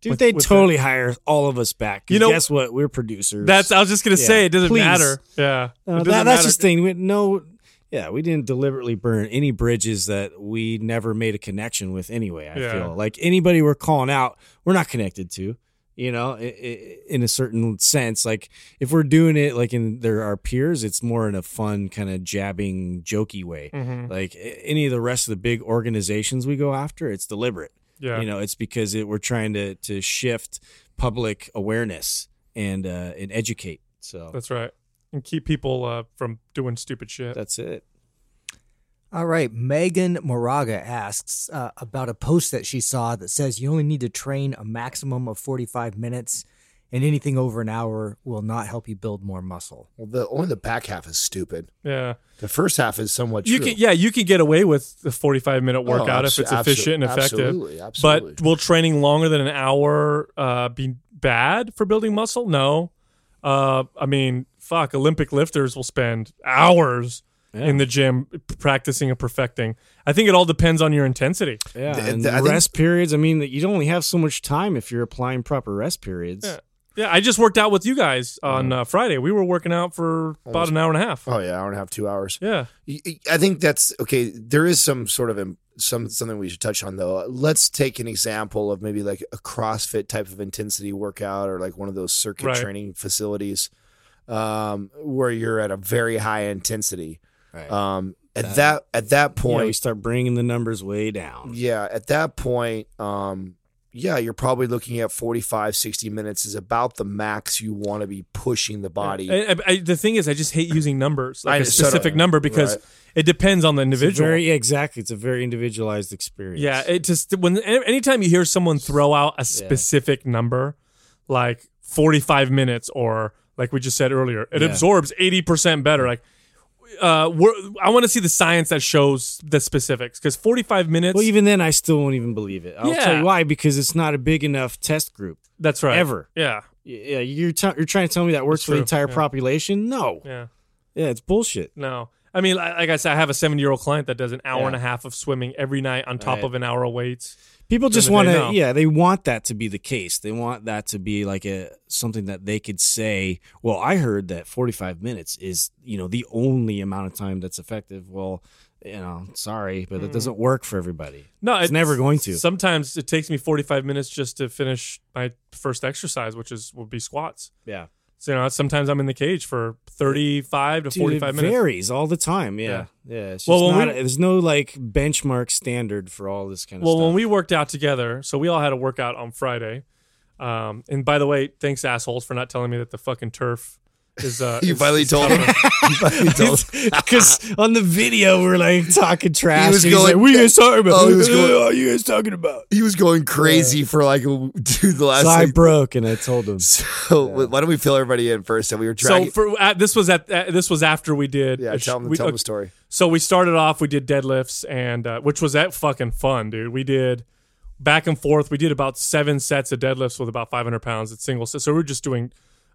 [SPEAKER 4] Dude,
[SPEAKER 1] with-
[SPEAKER 4] they
[SPEAKER 1] with
[SPEAKER 4] totally hire all of us back. 'cause
[SPEAKER 1] You know-
[SPEAKER 4] guess what? We're producers.
[SPEAKER 1] That's I was just gonna
[SPEAKER 4] Yeah,
[SPEAKER 1] say it doesn't
[SPEAKER 4] please.
[SPEAKER 1] matter. Yeah,
[SPEAKER 4] Uh,
[SPEAKER 1] It doesn't
[SPEAKER 4] that- that's
[SPEAKER 1] matter.
[SPEAKER 4] his thing. We, no, yeah, we didn't deliberately burn any bridges that we never made a connection with. Anyway, I
[SPEAKER 1] Yeah.
[SPEAKER 4] feel like anybody we're calling out, we're not connected to. You know, i- i- in a certain sense, like if we're doing it like in there are peers, it's more in a fun kind of jabbing, jokey way.
[SPEAKER 1] Mhm.
[SPEAKER 4] Like a- any of the rest of the big organizations we go after, it's deliberate.
[SPEAKER 1] Yeah,
[SPEAKER 4] You know, it's because it, we're trying to to shift public awareness and uh, and educate. So
[SPEAKER 1] that's right. And keep people uh, from doing stupid shit.
[SPEAKER 4] that's it.
[SPEAKER 2] All right. Megan Moraga asks uh, about a post that she saw that says you only need to train a maximum of 45 minutes, and anything over an hour will not help you build more muscle.
[SPEAKER 3] Well, the only the back half is stupid.
[SPEAKER 1] yeah,
[SPEAKER 3] The first half is somewhat
[SPEAKER 1] you
[SPEAKER 3] true.
[SPEAKER 1] can. Yeah, you can get away with the forty-five minute
[SPEAKER 3] Oh,
[SPEAKER 1] workout
[SPEAKER 3] abso-
[SPEAKER 1] if it's efficient and
[SPEAKER 3] absolute-
[SPEAKER 1] effective.
[SPEAKER 3] Absolutely, absolutely.
[SPEAKER 1] But will training longer than an hour uh, be bad for building muscle? No. Uh, I mean, fuck, Olympic lifters will spend hours
[SPEAKER 4] Yeah.
[SPEAKER 1] in the gym practicing and perfecting. I think it all depends on your intensity.
[SPEAKER 4] Yeah,
[SPEAKER 3] Th-
[SPEAKER 4] and
[SPEAKER 3] th- I think-
[SPEAKER 4] rest periods. I mean, you only have so much time if you're applying proper rest periods.
[SPEAKER 1] Yeah. Yeah, I just worked out with you guys on
[SPEAKER 4] Mm.
[SPEAKER 1] uh, Friday. We were working out for about an hour and a half.
[SPEAKER 3] oh yeah, hour and a half, two hours.
[SPEAKER 1] Yeah.
[SPEAKER 3] Y- y- I think that's okay. There is some sort of im- some something we should touch on though. Let's take an example of maybe like a CrossFit type of intensity workout or like one of those circuit
[SPEAKER 1] Right.
[SPEAKER 3] training facilities um, where you're at a very high intensity.
[SPEAKER 4] Right.
[SPEAKER 3] Um, at
[SPEAKER 4] That-
[SPEAKER 3] that at that
[SPEAKER 4] You know,
[SPEAKER 3] point,
[SPEAKER 4] you start bringing the numbers way down.
[SPEAKER 3] Yeah, at that point, um, yeah, you're probably looking at 45, 60 minutes is about the max you want to be pushing the body.
[SPEAKER 1] I, I- I- the thing is, I just hate using numbers, like
[SPEAKER 3] I
[SPEAKER 1] a
[SPEAKER 3] just- so do I.
[SPEAKER 1] specific number, because
[SPEAKER 3] Right.
[SPEAKER 1] it depends on the
[SPEAKER 4] It's a
[SPEAKER 1] individual.
[SPEAKER 4] very yeah, exactly. It's a very individualized experience.
[SPEAKER 1] Yeah, it just when any- anytime you hear someone throw out a specific number, like forty five minutes, or like we just said earlier, it
[SPEAKER 4] Yeah.
[SPEAKER 1] absorbs eighty percent better. Like, uh, we're, I want to see the science that shows the specifics because forty five minutes.
[SPEAKER 4] well, even then, I still won't even believe it. I'll tell
[SPEAKER 1] Yeah.
[SPEAKER 4] you why because it's not a big enough test group.
[SPEAKER 1] that's right.
[SPEAKER 4] ever.
[SPEAKER 1] Yeah.
[SPEAKER 4] Y- Yeah, you're t- you're trying to tell me that works
[SPEAKER 1] It's
[SPEAKER 4] for the
[SPEAKER 1] true,
[SPEAKER 4] entire
[SPEAKER 1] yeah.
[SPEAKER 4] population? No. Yeah.
[SPEAKER 1] Yeah.
[SPEAKER 4] it's bullshit.
[SPEAKER 1] No. I mean, li- like I said, I have a seventy year old client that does an hour
[SPEAKER 4] Yeah.
[SPEAKER 1] and a half of swimming every night on top
[SPEAKER 4] Right.
[SPEAKER 1] of an hour of weights.
[SPEAKER 4] People just
[SPEAKER 1] the day,
[SPEAKER 4] want to,
[SPEAKER 1] no.
[SPEAKER 4] yeah, they want that to be the case. They want that to be like a something that they could say. Well, I heard that forty-five minutes is, you know, the only amount of time that's effective. Well, you know, sorry, but it doesn't work for everybody.
[SPEAKER 1] No,
[SPEAKER 4] It's never going to.
[SPEAKER 1] Sometimes it takes me forty five minutes just to finish my first exercise, which is would be squats.
[SPEAKER 4] Yeah,
[SPEAKER 1] So, you know, sometimes I'm in the cage for 35 to
[SPEAKER 4] Dude,
[SPEAKER 1] 45
[SPEAKER 4] it
[SPEAKER 1] minutes.
[SPEAKER 4] varies all the time. Yeah, yeah. It's just
[SPEAKER 1] Well, when
[SPEAKER 4] not,
[SPEAKER 1] we-
[SPEAKER 4] there's no like benchmark standard for all this kind of
[SPEAKER 1] Well,
[SPEAKER 4] stuff.
[SPEAKER 1] when we worked out together, so we all had a workout on Friday. Um, and by the way, thanks assholes for not telling me that the fucking turf is uh
[SPEAKER 3] you
[SPEAKER 1] is-
[SPEAKER 3] finally
[SPEAKER 1] is
[SPEAKER 3] told
[SPEAKER 1] tougher.
[SPEAKER 3] him. you finally told him.
[SPEAKER 4] Because on the video we're like talking trash.
[SPEAKER 3] was
[SPEAKER 4] and he's
[SPEAKER 3] going-
[SPEAKER 4] like, what are you guys talking about?
[SPEAKER 3] Oh, he was
[SPEAKER 4] What
[SPEAKER 3] going-
[SPEAKER 4] are you guys talking about?
[SPEAKER 3] He was going crazy for like dude the last
[SPEAKER 4] So I
[SPEAKER 3] thing.
[SPEAKER 4] broke and I told him.
[SPEAKER 3] So why don't we fill everybody in first? And we were
[SPEAKER 1] So
[SPEAKER 3] trying.
[SPEAKER 1] for uh, this was at uh, this was after we did
[SPEAKER 3] yeah,
[SPEAKER 1] a sh-
[SPEAKER 3] tell them
[SPEAKER 1] we-
[SPEAKER 3] tell them
[SPEAKER 1] uh,
[SPEAKER 3] the story.
[SPEAKER 1] So we started off we did deadlifts and uh, which was that fucking fun, dude. We did back and forth. We did about seven sets of deadlifts with about 500 pounds at single set. So we were just doing,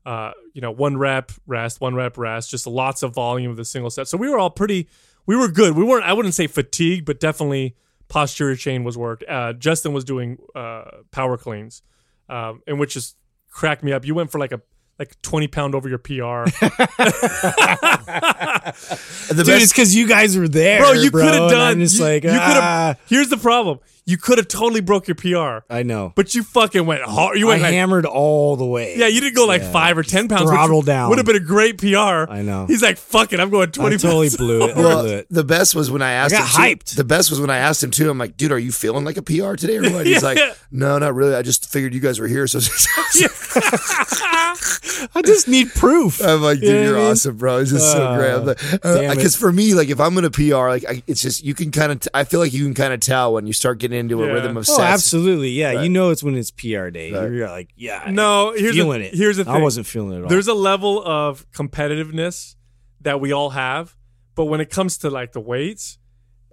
[SPEAKER 1] uh, you know, one rep rest, one rep rest, just lots of volume of the single set. So we were all pretty, we were good. We weren't, I wouldn't say fatigued, but definitely posterior chain was worked. Uh, Justin was doing uh, power cleans, um, and which just cracked me up. You went for like a like 20 pound over your PR.
[SPEAKER 3] And the
[SPEAKER 4] Dude,
[SPEAKER 3] best-
[SPEAKER 4] it's because you guys were there,
[SPEAKER 1] bro. You could have
[SPEAKER 4] and I'm
[SPEAKER 1] done.
[SPEAKER 4] just
[SPEAKER 1] you,
[SPEAKER 4] like
[SPEAKER 1] you could
[SPEAKER 4] ah.
[SPEAKER 1] have. Here's the problem. You could have totally broke your PR,
[SPEAKER 4] I know.
[SPEAKER 1] but you fucking went hard. You
[SPEAKER 4] I
[SPEAKER 1] went like,
[SPEAKER 4] hammered all the way.
[SPEAKER 1] yeah, you didn't go like five or ten pounds.
[SPEAKER 4] throttle
[SPEAKER 1] which
[SPEAKER 4] down.
[SPEAKER 1] Would have been a great PR.
[SPEAKER 4] I know.
[SPEAKER 1] He's like, fuck it, I'm going
[SPEAKER 4] I
[SPEAKER 1] twenty.
[SPEAKER 4] totally
[SPEAKER 1] pounds.
[SPEAKER 4] blew it. I blew
[SPEAKER 3] Well,
[SPEAKER 4] it.
[SPEAKER 3] the best was when I asked
[SPEAKER 4] got
[SPEAKER 3] him. too-
[SPEAKER 4] hyped.
[SPEAKER 3] the best was when I asked him too. I'm like, dude, are you feeling like a PR today or what? He's like, no, not really. I just figured you guys were here, so
[SPEAKER 4] I just need proof.
[SPEAKER 3] I'm like, dude,
[SPEAKER 4] You know what
[SPEAKER 3] you're
[SPEAKER 4] I mean?
[SPEAKER 3] awesome, bro. It's just so
[SPEAKER 1] Ah,
[SPEAKER 4] Uh,
[SPEAKER 3] great. I'm like, uh,
[SPEAKER 4] damn it.
[SPEAKER 3] because for me, like, if I'm gonna PR, like, I, it's just you can kind of. T- I feel like you can kind of tell when you start getting into a
[SPEAKER 1] Yeah.
[SPEAKER 3] rhythm of
[SPEAKER 4] Oh,
[SPEAKER 3] sets.
[SPEAKER 4] absolutely. Yeah, you know it's when it's PR day.
[SPEAKER 3] Right.
[SPEAKER 4] You're like, yeah. I'm
[SPEAKER 1] No, here's the-
[SPEAKER 4] feeling it.
[SPEAKER 1] here's the
[SPEAKER 4] I
[SPEAKER 1] thing.
[SPEAKER 4] wasn't feeling it at all.
[SPEAKER 1] There's a level of competitiveness that we all have, but when it comes to like the weights,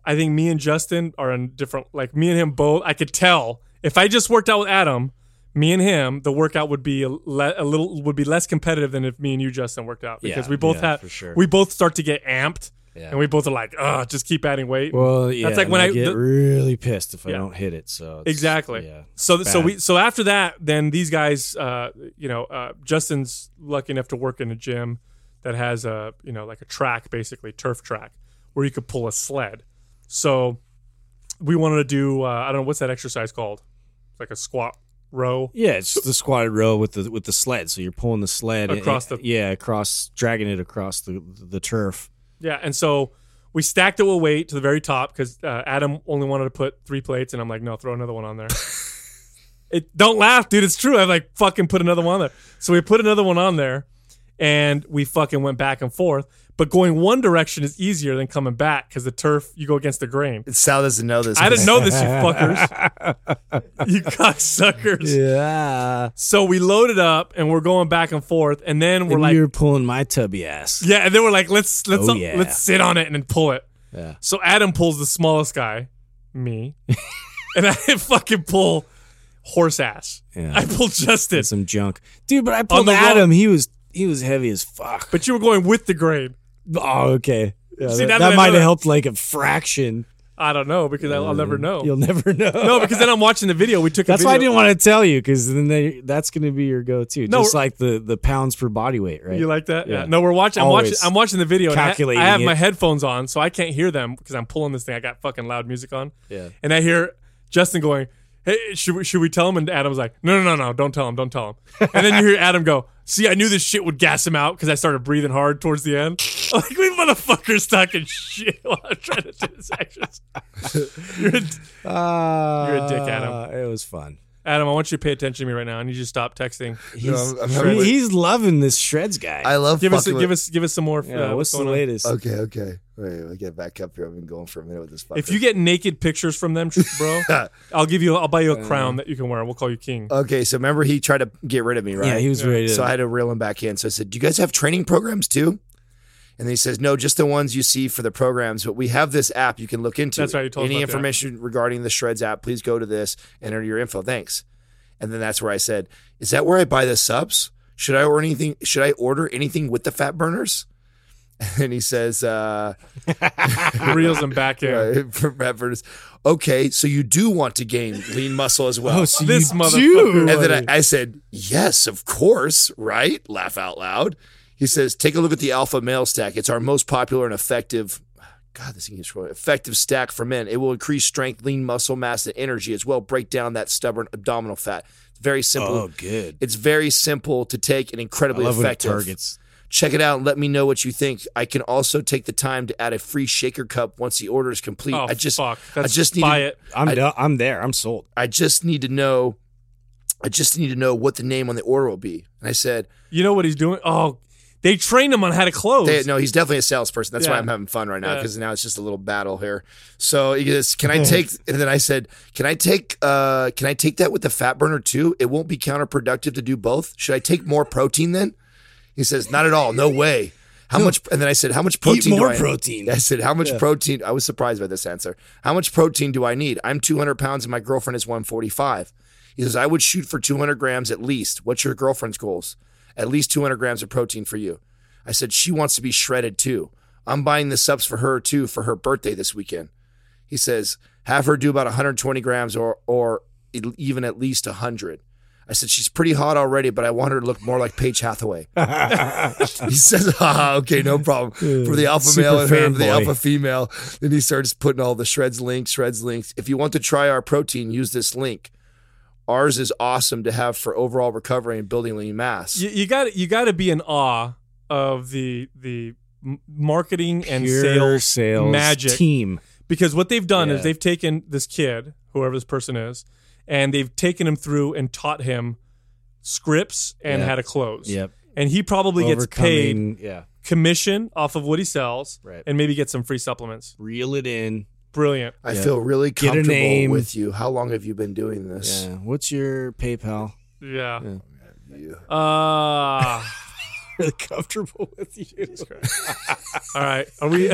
[SPEAKER 1] I think me and Justin are in different. Like me and him both, I could tell if I just worked out with Adam, me and him, the workout would be a, le- a little would be less competitive than if me and you Justin worked out because
[SPEAKER 4] Yeah,
[SPEAKER 1] we both
[SPEAKER 4] yeah,
[SPEAKER 1] have
[SPEAKER 4] for sure.
[SPEAKER 1] we both start to get amped
[SPEAKER 4] Yeah.
[SPEAKER 1] and we both are like, oh, just keep adding weight.
[SPEAKER 4] well, yeah.
[SPEAKER 1] like
[SPEAKER 4] and
[SPEAKER 1] when
[SPEAKER 4] I,
[SPEAKER 1] I-
[SPEAKER 4] get
[SPEAKER 1] the-
[SPEAKER 4] really pissed if
[SPEAKER 1] Yeah.
[SPEAKER 4] I don't hit it. So it's-
[SPEAKER 1] Exactly.
[SPEAKER 4] Yeah.
[SPEAKER 1] So so
[SPEAKER 4] bad.
[SPEAKER 1] we so after that, then these guys, uh, you know, uh, Justin's lucky enough to work in a gym that has a you know like a track, basically turf track, where you could pull a sled. So we wanted to do uh, I don't know what's that exercise called, It's like a squat row.
[SPEAKER 4] Yeah, it's the squatted row with the with the sled. So you're pulling the sled and-
[SPEAKER 1] Across the-
[SPEAKER 4] yeah across, dragging it across the the turf.
[SPEAKER 1] Yeah, and so we stacked it with weight to the very top because uh, Adam only wanted to put three plates, and I'm like, no, throw another one on there. it don't laugh, dude. It's true. I'm like, fucking put another one on there. So we put another one on there, and we fucking went back and forth. But going one direction is easier than coming back because the turf you go against the grain.
[SPEAKER 3] Sal doesn't know this.
[SPEAKER 1] I didn't know this, you fuckers. you cocksuckers.
[SPEAKER 4] Yeah,
[SPEAKER 1] So we loaded up and we're going back and forth, and then we're
[SPEAKER 4] and
[SPEAKER 1] like,
[SPEAKER 4] you're pulling my tubby ass.
[SPEAKER 1] yeah, and then we're like, let's let's uh,
[SPEAKER 4] Oh, yeah.
[SPEAKER 1] let's sit on it and then pull it.
[SPEAKER 4] Yeah.
[SPEAKER 1] So Adam pulls the smallest guy, me, and I fucking pull horse ass.
[SPEAKER 4] Yeah.
[SPEAKER 1] I pull Justin,
[SPEAKER 4] and some junk, dude. But I pulled
[SPEAKER 1] the wrong-
[SPEAKER 4] Adam. He was he was heavy as fuck.
[SPEAKER 1] but you were going with the grain.
[SPEAKER 4] oh, okay. Yeah,
[SPEAKER 1] See, now
[SPEAKER 4] that
[SPEAKER 1] that
[SPEAKER 4] that
[SPEAKER 1] I know
[SPEAKER 4] might
[SPEAKER 1] that-
[SPEAKER 4] have helped like a fraction.
[SPEAKER 1] I don't know because I'll, I'll never know.
[SPEAKER 4] You'll never know.
[SPEAKER 1] no, because then I'm watching the video. We took.
[SPEAKER 4] that's
[SPEAKER 1] a
[SPEAKER 4] why I
[SPEAKER 1] video.
[SPEAKER 4] didn't want to tell you because then they, that's going to be your go-to.
[SPEAKER 1] No,
[SPEAKER 4] just like the the pounds per body weight, right?
[SPEAKER 1] You like that? Yeah.
[SPEAKER 4] Yeah.
[SPEAKER 1] No, we're watching. I'm
[SPEAKER 4] Always
[SPEAKER 1] watching. I'm watching the video. and I-
[SPEAKER 4] calculating
[SPEAKER 1] I have my
[SPEAKER 4] it.
[SPEAKER 1] headphones on, so I can't hear them because I'm pulling this thing. I got fucking loud music on.
[SPEAKER 4] Yeah.
[SPEAKER 1] And I hear Justin going, "Hey, should we, should we tell him?" And Adam's like, "No, no, no, no, don't tell him, don't tell him." And then you hear Adam go, "See, I knew this shit would gas him out because I started breathing hard towards the end." I'm like we motherfuckers talking shit while I'm trying to do this exercise. You're a-
[SPEAKER 4] Uh,
[SPEAKER 1] You're a dick, Adam.
[SPEAKER 4] It was fun.
[SPEAKER 1] Adam, I want you to pay attention to me right now. I need you to stop texting.
[SPEAKER 4] He's,
[SPEAKER 3] I'm- I'm
[SPEAKER 4] he-
[SPEAKER 3] having-
[SPEAKER 4] he's loving this shreds guy.
[SPEAKER 3] I love
[SPEAKER 1] Give us,
[SPEAKER 3] fucking
[SPEAKER 1] give
[SPEAKER 3] with-
[SPEAKER 1] us, give us some more.
[SPEAKER 4] yeah,
[SPEAKER 1] uh,
[SPEAKER 4] what's the
[SPEAKER 1] going on.
[SPEAKER 4] latest?
[SPEAKER 3] Okay, okay. Wait, we get back up here. I've been going for a minute with this. Fucker.
[SPEAKER 1] If you get naked pictures from them, tr- bro, I'll give you. I'll buy you a crown that you can wear. We'll call you king.
[SPEAKER 3] okay, so remember he tried to get rid of me, right?
[SPEAKER 4] Yeah, he was ready. To,
[SPEAKER 3] So I had to reel him back in. So I said, "Do you guys have training programs too?" And then he says, "No, just the ones you see for the programs. But we have this app you can look into.
[SPEAKER 1] That's right, you told us
[SPEAKER 3] Any
[SPEAKER 1] about the app.
[SPEAKER 3] information regarding the Shreds app, please go to this, enter your info. Thanks." And then that's where I said, "Is that where I buy the subs? Should I order anything? Should I order anything with the fat burners?" And he says, uh,
[SPEAKER 1] Reels and back in.
[SPEAKER 3] uh, for fat burners, okay, so you do want to gain lean muscle as well.
[SPEAKER 4] oh, so
[SPEAKER 1] This
[SPEAKER 4] you
[SPEAKER 1] motherfucker.
[SPEAKER 4] do.
[SPEAKER 3] And then I, I said, Yes, of course, right? Laugh out loud. He says, Take a look at the Alpha Male Stack. It's our most popular and effective. God, this thing is really effective stack for men. It will increase strength, lean muscle mass, and energy as well. Break down that stubborn abdominal fat. It's very simple.
[SPEAKER 4] oh, good.
[SPEAKER 3] It's very simple to take and
[SPEAKER 4] I
[SPEAKER 3] incredibly
[SPEAKER 4] love when it
[SPEAKER 3] effective.
[SPEAKER 4] targets.
[SPEAKER 3] Check it out and let me know what you think. I can also take the time to add a free shaker cup once the order is complete.
[SPEAKER 1] Oh,
[SPEAKER 3] I just,
[SPEAKER 1] fuck.
[SPEAKER 3] I
[SPEAKER 1] That's-
[SPEAKER 3] just need
[SPEAKER 1] buy
[SPEAKER 3] to-
[SPEAKER 1] it.
[SPEAKER 4] I'm
[SPEAKER 3] I-
[SPEAKER 4] do- I'm there. I'm sold.
[SPEAKER 3] I just need to know. I just need to know what the name on the order will be. And I said,
[SPEAKER 1] You know what he's doing? Oh, they trained him on how to close.
[SPEAKER 3] They- no, he's definitely a salesperson. That's why
[SPEAKER 1] Yeah.
[SPEAKER 3] I'm having fun right now
[SPEAKER 1] Yeah.
[SPEAKER 3] because now it's just a little battle here. So he goes, "Can I take?" And then I said, "Can I take? Uh, can I take that with the fat burner too? It won't be counterproductive to do both. Should I take more protein then?" He says, "Not at all. No way." How much? And then I said, "How much protein? do
[SPEAKER 4] more
[SPEAKER 3] I-"
[SPEAKER 4] protein.
[SPEAKER 3] I said, "How much protein?" I was surprised by this answer. How much protein do I need? I'm 200 pounds and my girlfriend is 145. He says, "I would shoot for 200 grams at least. What's your girlfriend's goals? At least 200 grams of protein for you." I said, "She wants to be shredded too. I'm buying the subs for her too for her birthday this weekend." He says, "Have her do about 120 grams or or even at e-, least 100." I said, she's pretty hot already, but I want her to look more like Paige Hathaway. he says, haha, okay, no problem. For the alpha
[SPEAKER 4] Super
[SPEAKER 3] male and her, for the
[SPEAKER 4] fanboy.
[SPEAKER 3] alpha female. Then he starts putting all the shreds links, shreds links. If you want to try our protein, use this link. Ours is awesome to have for overall recovery and building lean mass.
[SPEAKER 1] You, you got you got to be in awe of the the m- marketing and
[SPEAKER 4] Pure
[SPEAKER 1] sales,
[SPEAKER 4] sales
[SPEAKER 1] magic
[SPEAKER 4] team.
[SPEAKER 1] because what they've done is
[SPEAKER 4] Yeah.
[SPEAKER 1] they've taken this kid, whoever this person is, and they've taken him through and taught him scripts and
[SPEAKER 4] Yep.
[SPEAKER 1] how to close.
[SPEAKER 4] Yep.
[SPEAKER 1] And he probably gets paid
[SPEAKER 4] Overcoming- Yeah.
[SPEAKER 1] commission off of what he sells
[SPEAKER 4] Right.
[SPEAKER 1] and maybe get some free supplements.
[SPEAKER 4] Reel it in.
[SPEAKER 1] Brilliant.
[SPEAKER 3] I feel really
[SPEAKER 4] Get a
[SPEAKER 3] comfortable
[SPEAKER 4] name.
[SPEAKER 3] with you. How long have you been doing this?
[SPEAKER 4] Yeah. What's your PayPal?
[SPEAKER 1] Yeah. Uh,
[SPEAKER 4] really comfortable with you.
[SPEAKER 1] all right. Are we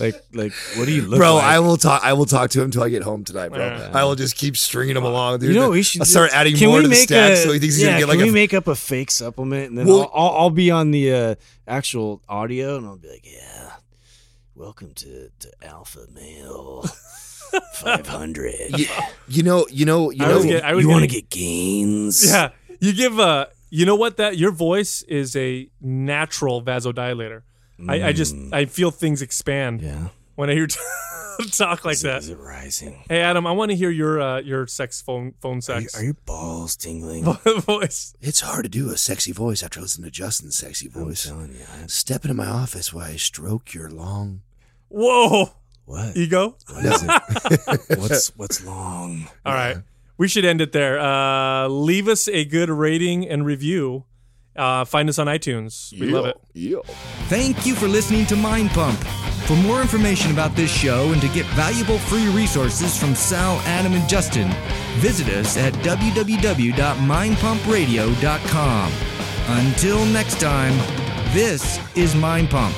[SPEAKER 4] like, like, what do you look
[SPEAKER 3] bro,
[SPEAKER 4] like?
[SPEAKER 3] I will talk. I will talk to him until I get home tonight, bro.
[SPEAKER 1] Yeah.
[SPEAKER 3] I will just keep stringing him along, dude.
[SPEAKER 4] you know, we should
[SPEAKER 3] I'll start adding
[SPEAKER 4] can
[SPEAKER 3] more
[SPEAKER 4] we
[SPEAKER 3] to the
[SPEAKER 4] make
[SPEAKER 3] stack,
[SPEAKER 4] a-
[SPEAKER 3] so he thinks he's gonna
[SPEAKER 4] yeah,
[SPEAKER 3] get
[SPEAKER 4] can
[SPEAKER 3] like
[SPEAKER 4] we
[SPEAKER 3] a.
[SPEAKER 4] make up a fake supplement, and then
[SPEAKER 3] Well-
[SPEAKER 4] I'll, I'll, I'll be on the uh, actual audio, and I'll be like, "Yeah, welcome to to Alpha Male 500.
[SPEAKER 3] you, you know, you know, you
[SPEAKER 1] I
[SPEAKER 3] know.
[SPEAKER 1] was get- I was
[SPEAKER 4] you want to
[SPEAKER 1] getting-
[SPEAKER 4] get gains?
[SPEAKER 1] Yeah. You give a you know what that your voice is a natural vasodilator. I, I just I feel things expand
[SPEAKER 4] Mm. yeah.
[SPEAKER 1] when I hear talk like
[SPEAKER 4] Is it-
[SPEAKER 1] that.
[SPEAKER 4] is it rising?
[SPEAKER 1] Hey Adam, I want to hear your uh, your sex phone phone
[SPEAKER 4] Are, you,
[SPEAKER 1] sex
[SPEAKER 4] are your balls tingling?
[SPEAKER 1] voice.
[SPEAKER 3] it's hard to do a sexy voice after listening to Justin's sexy
[SPEAKER 4] I'm
[SPEAKER 3] voice.
[SPEAKER 4] telling you, I-
[SPEAKER 3] Step into my office while I stroke your long.
[SPEAKER 1] Whoa,
[SPEAKER 4] what?
[SPEAKER 1] ego.
[SPEAKER 4] What is it? what's what's long?
[SPEAKER 1] All right, we should end it there. Uh, leave us a good rating and review. Uh, find us on iTunes. We love it.
[SPEAKER 2] Thank you for listening to Mind Pump. For more information about this show and to get valuable free resources from Sal, Adam, and Justin, visit us at www.mindpumpradio.com. Until next time, this is Mind Pump.